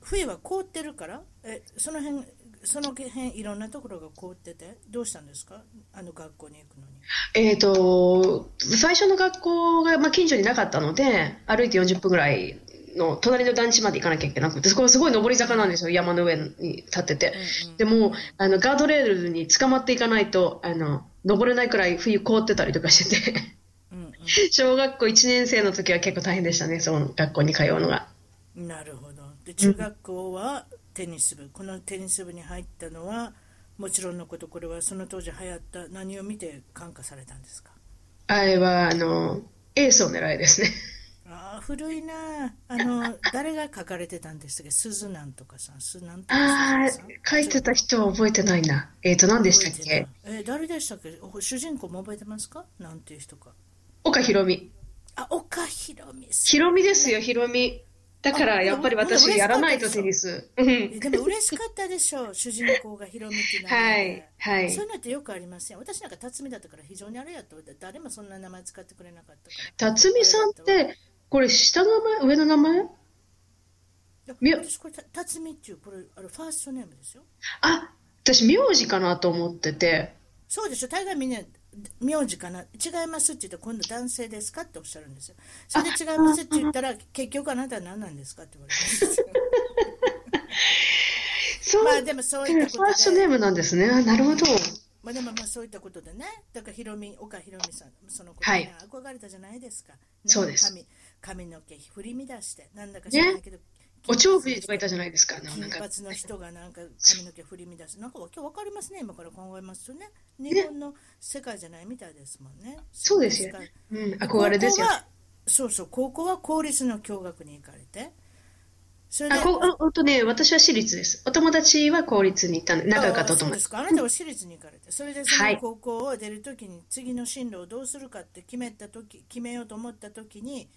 [SPEAKER 1] 冬は凍ってるから、えその辺その辺いろんなところが凍っててどうしたんですか？あの学校に行くのに。
[SPEAKER 2] えーと、最初の学校が、まあ、近所になかったので、歩いて40分ぐらいの隣の団地まで行かなきゃいけなくて、そこはすごい上り坂なんですよ、山の上に立ってて。でも、あの、ガードレールに捕まっていかないと、あの、登れないくらい冬凍ってたりとかしてて、
[SPEAKER 1] うん
[SPEAKER 2] 小学校1年生の時は結構大変でしたね、その学校に通うのが。
[SPEAKER 1] うん。なるほど。で中学校はテニス部、このテニス部に入ったのはもちろんのことこれはその当時流行った何を見て感化されたんですか？
[SPEAKER 2] あれは、あの、エースを狙いですね。
[SPEAKER 1] ああ古いなあ。あの誰が書かれてたんでしたっけ？鈴なんとかさん、鈴なんとか
[SPEAKER 2] あ
[SPEAKER 1] さん。
[SPEAKER 2] あ、書いてた人は覚えてないな。えーと、何でしたっけ
[SPEAKER 1] えー誰でしたっけお主人公も覚えてますかなんていう人か
[SPEAKER 2] 岡ひろみ。
[SPEAKER 1] あ岡ひろみさ
[SPEAKER 2] ヒロミですよ、ヒロミ。だか
[SPEAKER 1] あ
[SPEAKER 2] ら、やっぱり
[SPEAKER 1] でも
[SPEAKER 2] 私、やらないとテニス。うん。
[SPEAKER 1] んでも嬉しかったでし ょう主人公がひろみって名
[SPEAKER 2] は
[SPEAKER 1] 前
[SPEAKER 2] い
[SPEAKER 1] で、
[SPEAKER 2] はい
[SPEAKER 1] そう。いうのってよくありません私なんか辰巳だったから非常にあれやと誰もそんな名前使ってくれなかったから
[SPEAKER 2] 辰巳さんって、これ、下の名前、上の名前
[SPEAKER 1] い
[SPEAKER 2] み
[SPEAKER 1] や
[SPEAKER 2] よ
[SPEAKER 1] 私これた辰巳っていうこれあのファーストネームですよ
[SPEAKER 2] あ、私、名字かなと思ってて。
[SPEAKER 1] そうでしょ大概みんな名字かな違いますって言って今度男性ですかっておっしゃるんですよそれで違いますって言ったら結局あなたは何なんですかって言われるんですよ
[SPEAKER 2] そう、
[SPEAKER 1] ま
[SPEAKER 2] う
[SPEAKER 1] あ
[SPEAKER 2] ん
[SPEAKER 1] でもそう
[SPEAKER 2] フ
[SPEAKER 1] い
[SPEAKER 2] ァ
[SPEAKER 1] ったことで
[SPEAKER 2] ーストネームなんですね。あなるほど。
[SPEAKER 1] まあでもまあそういったことでね、だからひろみ、岡ひろみさん、その子
[SPEAKER 2] は
[SPEAKER 1] に
[SPEAKER 2] い
[SPEAKER 1] 憧れたじゃないですか。ね
[SPEAKER 2] そうです
[SPEAKER 1] 髪髪の毛振り乱して、なんだか知らないけど、
[SPEAKER 2] お長寿とかいたじゃないですか。なん
[SPEAKER 1] 金
[SPEAKER 2] か、
[SPEAKER 1] 髪の人が なんか髪の毛振り乱して、なんかわけわかりますね、今から考えますとね。日本の世界じゃないみたいですもんね。
[SPEAKER 2] そうですよ
[SPEAKER 1] か。
[SPEAKER 2] うん、憧れですよ
[SPEAKER 1] 高校。はそうそう、高校は公立の教学に行かれて、それで
[SPEAKER 2] あ、こ、あほんとね、私は私立です。お友達は公立に行ったんで、仲良かったお
[SPEAKER 1] そうで
[SPEAKER 2] 友達。
[SPEAKER 1] すか。あなたは私立に行かれて、それでそ
[SPEAKER 2] は
[SPEAKER 1] の
[SPEAKER 2] い
[SPEAKER 1] 高校を出るときに次の進路をどうするかって決めたとき、決めようと思ったときに、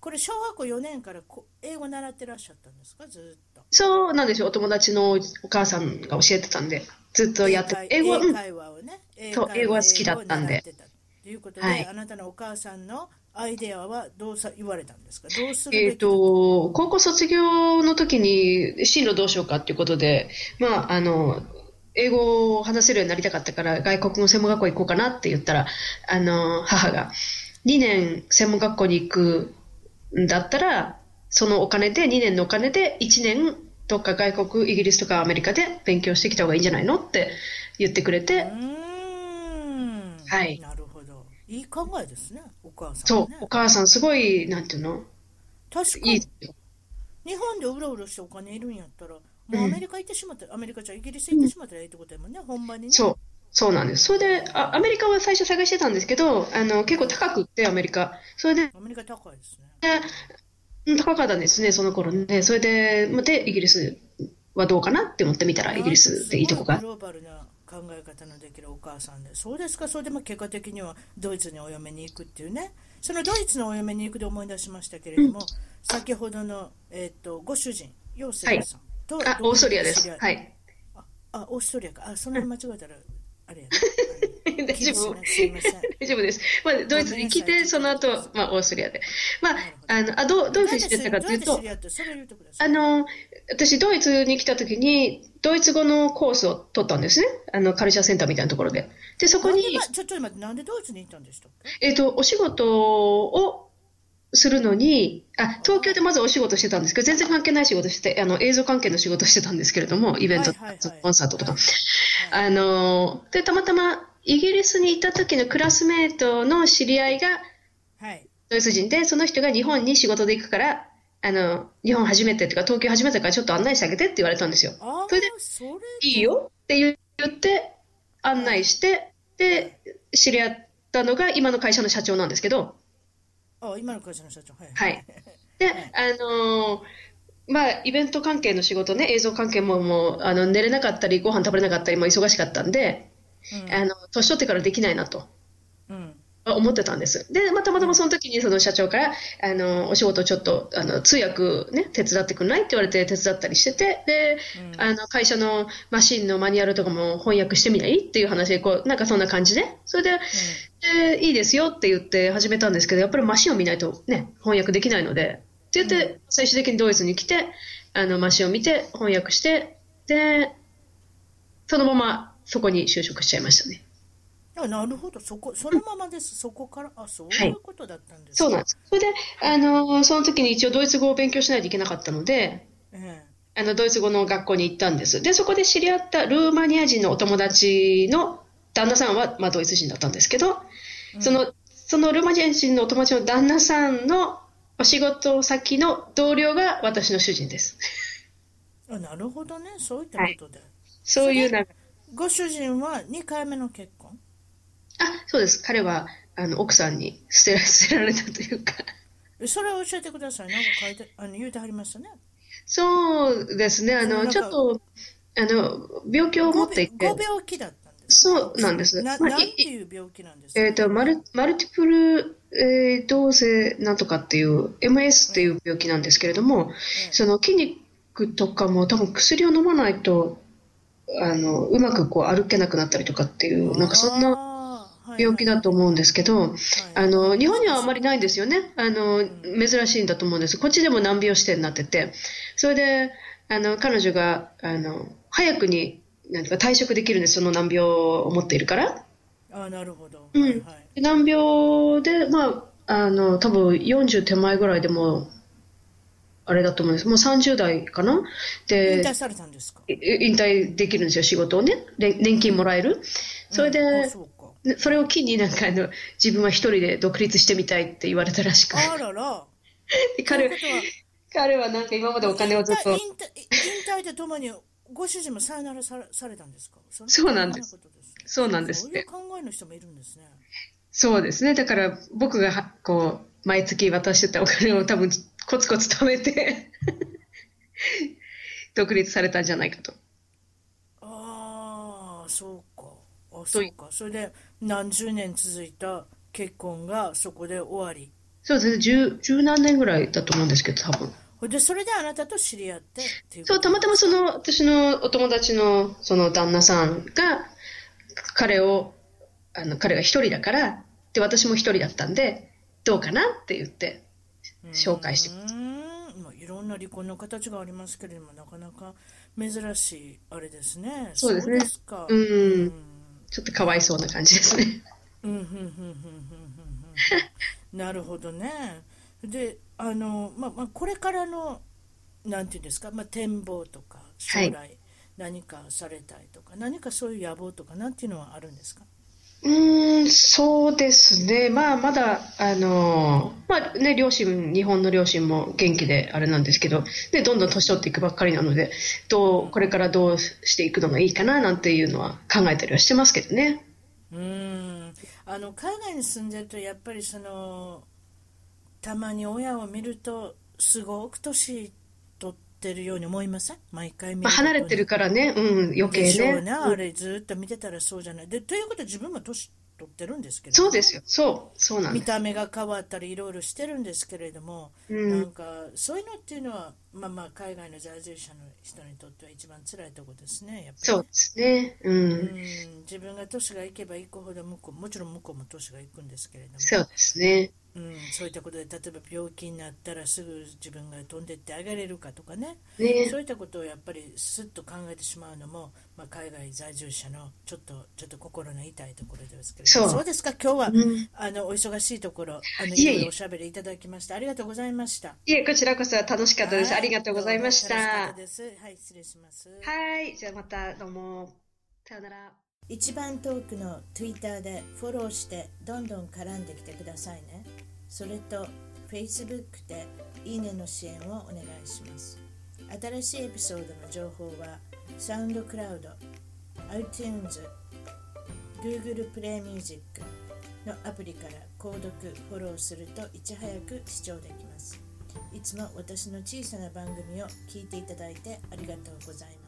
[SPEAKER 1] これ小学校4年からこ英語習ってらっしゃったんですかずーっと。
[SPEAKER 2] そうなんですよ。お友達のお母さんが教えてたんで。ずっとやって、英
[SPEAKER 1] 英
[SPEAKER 2] 語は、
[SPEAKER 1] 会
[SPEAKER 2] う
[SPEAKER 1] 英
[SPEAKER 2] ん、
[SPEAKER 1] 会話をね、
[SPEAKER 2] そう
[SPEAKER 1] 会
[SPEAKER 2] 英語は好きだったんで
[SPEAKER 1] 英語を習てたということで、
[SPEAKER 2] はい
[SPEAKER 1] あなたのお母さんのアイデアはどうさ言われたんですかどうするべき
[SPEAKER 2] えっと、高校卒業の時に進路どうしようかっていうことで、まあ、あの、英語を話せるようになりたかったから、外国の専門学校行こうかなって言ったら、あの、母が、2年専門学校に行くんだったら、そのお金で、2年のお金で1年、どっか外国、イギリスとかアメリカで勉強してきた方がいいんじゃないのって言ってくれて
[SPEAKER 1] う、ーん
[SPEAKER 2] はい
[SPEAKER 1] なるほどいい考えですねお母さん
[SPEAKER 2] そ
[SPEAKER 1] は
[SPEAKER 2] う
[SPEAKER 1] ね、
[SPEAKER 2] お母さんすごい、なんていうの
[SPEAKER 1] 確か
[SPEAKER 2] いい
[SPEAKER 1] に
[SPEAKER 2] ですよ。
[SPEAKER 1] 日本でうろうろしてお金いるんやったらもうアメリカ行ってしまったらアメリカじゃイギリス行ってしまったらいいってことやもんね本場にね
[SPEAKER 2] そう、そうなんです。それで、あ、アメリカは最初探してたんですけど、あの、結構高くって、アメリカ。それで、
[SPEAKER 1] アメリカ高いですね
[SPEAKER 2] うん高かったんですね、その頃ね。それで、まで、イギリスはどうかなって思ってみたら、イギリスでいいとこ
[SPEAKER 1] なんか。
[SPEAKER 2] が
[SPEAKER 1] すごいグローバルな考え方のできるお母さんでそうですかそれでまあ結果的にはドイツにお嫁に行くっていうねそのドイツのお嫁に行くで思い出しましたけれども、先ほどの、えっとご主人陽生さんと、
[SPEAKER 2] あ、オーストリアです。はいい。
[SPEAKER 1] あオーストリアかあその辺間違えたらあ れや、ね、
[SPEAKER 2] 大丈夫
[SPEAKER 1] すいません
[SPEAKER 2] 大丈夫です。 まあ、ドイツに来て、その後、まあ、オーストリアで。まあ、あの、あ、どう、どういうふうにしてたかという
[SPEAKER 1] どうやって知
[SPEAKER 2] と
[SPEAKER 1] り、合ったそれ言ってください
[SPEAKER 2] あの、私、ドイツに来た時に、ドイツ語のコースを取ったんですね。あの、カルチャーセンターみたいなところで。で、そこ
[SPEAKER 1] なん
[SPEAKER 2] に
[SPEAKER 1] で、まちょちょっと待ってなんでドイツに行ったんでしたっけ
[SPEAKER 2] えっと、お仕事をするのに、あ、東京でまずお仕事してたんですけど、全然関係ない仕事してて、あの、映像関係の仕事してたんですけれども、イベントと
[SPEAKER 1] は
[SPEAKER 2] か
[SPEAKER 1] いはいはい、
[SPEAKER 2] コンサートとか。
[SPEAKER 1] は
[SPEAKER 2] あの、で、たまたまイギリスにいた時のクラスメートの知り合いが
[SPEAKER 1] はい
[SPEAKER 2] ドイツ人で、その人が日本に仕事で行くから、あの、日本初めてとか、東京初めてだからちょっと案内してあげてって言われたんですよ。
[SPEAKER 1] あー
[SPEAKER 2] それで
[SPEAKER 1] それ
[SPEAKER 2] いいよって言って、案内して、で、知り合ったのが今の会社の社長なんですけど、
[SPEAKER 1] あ今の会社の社長はい
[SPEAKER 2] はい。で、あのーまあ、イベント関係の仕事ね、映像関係ももう、あの、寝れなかったり、ご飯食べれなかったり、もう忙しかったんで、
[SPEAKER 1] うん
[SPEAKER 2] あの、年取ってからできないなと
[SPEAKER 1] うん
[SPEAKER 2] 思ってたんです。で、まあ、たまたまその時にその社長から、あの、お仕事ちょっと、あの、通訳ね、手伝ってくんないって言われて手伝ったりしてて、で、
[SPEAKER 1] うん
[SPEAKER 2] あの、会社のマシンのマニュアルとかも翻訳してみないっていう話で、こう、なんかそんな感じで、それで、でいいですよって言って始めたんですけど、やっぱりマシンを見ないとね、翻訳できないので、って言って、最終的にドイツに来て、あの、マシンを見て、翻訳して、で、そのままそこに就職しちゃいましたね。
[SPEAKER 1] あなるほど、そこ、そのままです、そこから、あ、そういうことだったんです
[SPEAKER 2] そう
[SPEAKER 1] ね
[SPEAKER 2] なんです。それで、あの、その時に一応ドイツ語を勉強しないといけなかったので、
[SPEAKER 1] え
[SPEAKER 2] あの、ドイツ語の学校に行ったんです。で、そこで知り合ったルーマニア人のお友達の旦那さんは、まあ、ドイツ人だったんですけど、その、そのルーマニア人のお友達の旦那さんのお仕事先の同僚が私の主人です。
[SPEAKER 1] えあなるほどね、そういったことで。
[SPEAKER 2] そういうなんか、
[SPEAKER 1] ご主人は2回目の結婚
[SPEAKER 2] あ、そうです。彼は、あの、奥さんに捨てら捨てられたというか、
[SPEAKER 1] えそれを教えてください。なんか書いて、あの言うてはりましたね。
[SPEAKER 2] そうですね、あ
[SPEAKER 1] そうなん
[SPEAKER 2] の、
[SPEAKER 1] か
[SPEAKER 2] ちょっと、あの、病気を持
[SPEAKER 1] ご
[SPEAKER 2] ってい
[SPEAKER 1] ご
[SPEAKER 2] て、
[SPEAKER 1] 病気だったんです。
[SPEAKER 2] そうなんです。
[SPEAKER 1] な
[SPEAKER 2] まあ
[SPEAKER 1] なん
[SPEAKER 2] い
[SPEAKER 1] ていう病気なんですか
[SPEAKER 2] えー、とマルマルティプル、えー、動性なんとかっていう MS っていう病気なんですけれども、その筋肉とかも多分薬を飲まないとあのうまくこう歩けなくなったりとかっていうなんかそんな
[SPEAKER 1] な
[SPEAKER 2] 病気だと思うんですけど、あ
[SPEAKER 1] の、
[SPEAKER 2] の日本にはあまりないんですよねあの珍しいんだと思うんですこっちでも難病指定になっててそれであの彼女があの早くになんていうか退職できるんですその難病を持っているから。
[SPEAKER 1] あなるほど。
[SPEAKER 2] うん
[SPEAKER 1] はいはい
[SPEAKER 2] 難病で、まあ、あの多分40手前ぐらいでもうあれだと思うんですもう30代かな
[SPEAKER 1] 引
[SPEAKER 2] で
[SPEAKER 1] 退されたんですか
[SPEAKER 2] い引退できるんですよ仕事をねれん年金もらえるそれで、
[SPEAKER 1] あそうか。
[SPEAKER 2] ねそれを機になんかあの自分は一人で独立してみたいって言われたらしく
[SPEAKER 1] あらら。
[SPEAKER 2] で
[SPEAKER 1] という
[SPEAKER 2] 彼
[SPEAKER 1] ことは
[SPEAKER 2] 彼はなんか今までお金をずっと
[SPEAKER 1] 引退引退引退とともにご主人もさよならされされたんですかそ
[SPEAKER 2] そうなんです
[SPEAKER 1] んなことね
[SPEAKER 2] そうなんです
[SPEAKER 1] そ
[SPEAKER 2] っ
[SPEAKER 1] ういう
[SPEAKER 2] て
[SPEAKER 1] 考えの人もいるんですね
[SPEAKER 2] そうですねだから僕がはこう毎月渡してたお金を多分コツコツ貯めて 独立されたんじゃないかと。
[SPEAKER 1] ああそうかあそうかそれで何十年続いた結婚がそこで終わり
[SPEAKER 2] そうですね、十十何年ぐらいだと思うんですけど、多分。
[SPEAKER 1] ほいでそれであなたと知り合ってっていう
[SPEAKER 2] そう、たまたまその、私のお友達の、その旦那さんが、彼を、あの、彼が一人だから、で、私も一人だったんで、どうかなって言って、紹介してくれ
[SPEAKER 1] うーんまあいろんな離婚の形がありますけれどもなかなか珍しいあれですね
[SPEAKER 2] そうですね
[SPEAKER 1] すか
[SPEAKER 2] うん
[SPEAKER 1] うん
[SPEAKER 2] ちょっとかわいそうな感じですね。
[SPEAKER 1] うんうんうんうんうんうんなるほどねであの、まあまあ、これからのなんていうんですか、まあ、展望とか将来、何かされたいとか何かそういう野望とかなんていうのはあるんですか
[SPEAKER 2] うーん、そうですね。まあ、まだ、あのーまあね、両親、日本の両親も元気であれなんですけど、ね、どんどん年取っていくばっかりなので、どう、これからどうしていくのがいいかな、なんていうのは考えたりはしてますけどね。
[SPEAKER 1] うーんあの海外に住んでるとやっぱりそのたまに親を見るとすごく年取ってるように思いません毎回見
[SPEAKER 2] まあ、離れてるからね、うん、余計
[SPEAKER 1] でしょう
[SPEAKER 2] ね。
[SPEAKER 1] ねあれずっと見てたらそうじゃないでということは自分も年取ってるんですけれど
[SPEAKER 2] そ
[SPEAKER 1] も
[SPEAKER 2] うですよ。そう、そうなん
[SPEAKER 1] 見
[SPEAKER 2] です。
[SPEAKER 1] た目が変わったりいろいろしてるんですけれども、
[SPEAKER 2] うん
[SPEAKER 1] なんかそういうのっていうのは、まあ、まあ海外の在住者の人にとっては一番辛いところですねやっぱり
[SPEAKER 2] そうですね。うん。
[SPEAKER 1] うん自分が年がいけばいくほど向こうもちろん向こうも年がいくんですけれども
[SPEAKER 2] そうですね。
[SPEAKER 1] うん、そういったことで例えば病気になったらすぐ自分が飛んでってあげれるかとかね
[SPEAKER 2] ね
[SPEAKER 1] そういったことをやっぱりすっと考えてしまうのも、まあ、海外在住者のちょっとちょっと心の痛いところですけれども
[SPEAKER 2] そう
[SPEAKER 1] ですか今日は、
[SPEAKER 2] うん
[SPEAKER 1] あのお忙しいところあの
[SPEAKER 2] いえいえ
[SPEAKER 1] いろいろおしゃべりいただきましてありがとうございました。
[SPEAKER 2] いえ、こちらこそ楽しかったです。ありがとうございました。
[SPEAKER 1] どうも楽しかっ
[SPEAKER 2] は
[SPEAKER 1] たですはい、失礼します。
[SPEAKER 2] い。じゃあまた、どうも。さよなら。
[SPEAKER 1] 一番トークの Twitter でフォローしてどんどん絡んできてくださいねそれと Facebook でいいねの支援をお願いします新しいエピソードの情報はサウンドクラウド iTunes Google プレイミュージックのアプリから購読フォローするといち早く視聴できますいつも私の小さな番組を聞いていただいてありがとうございます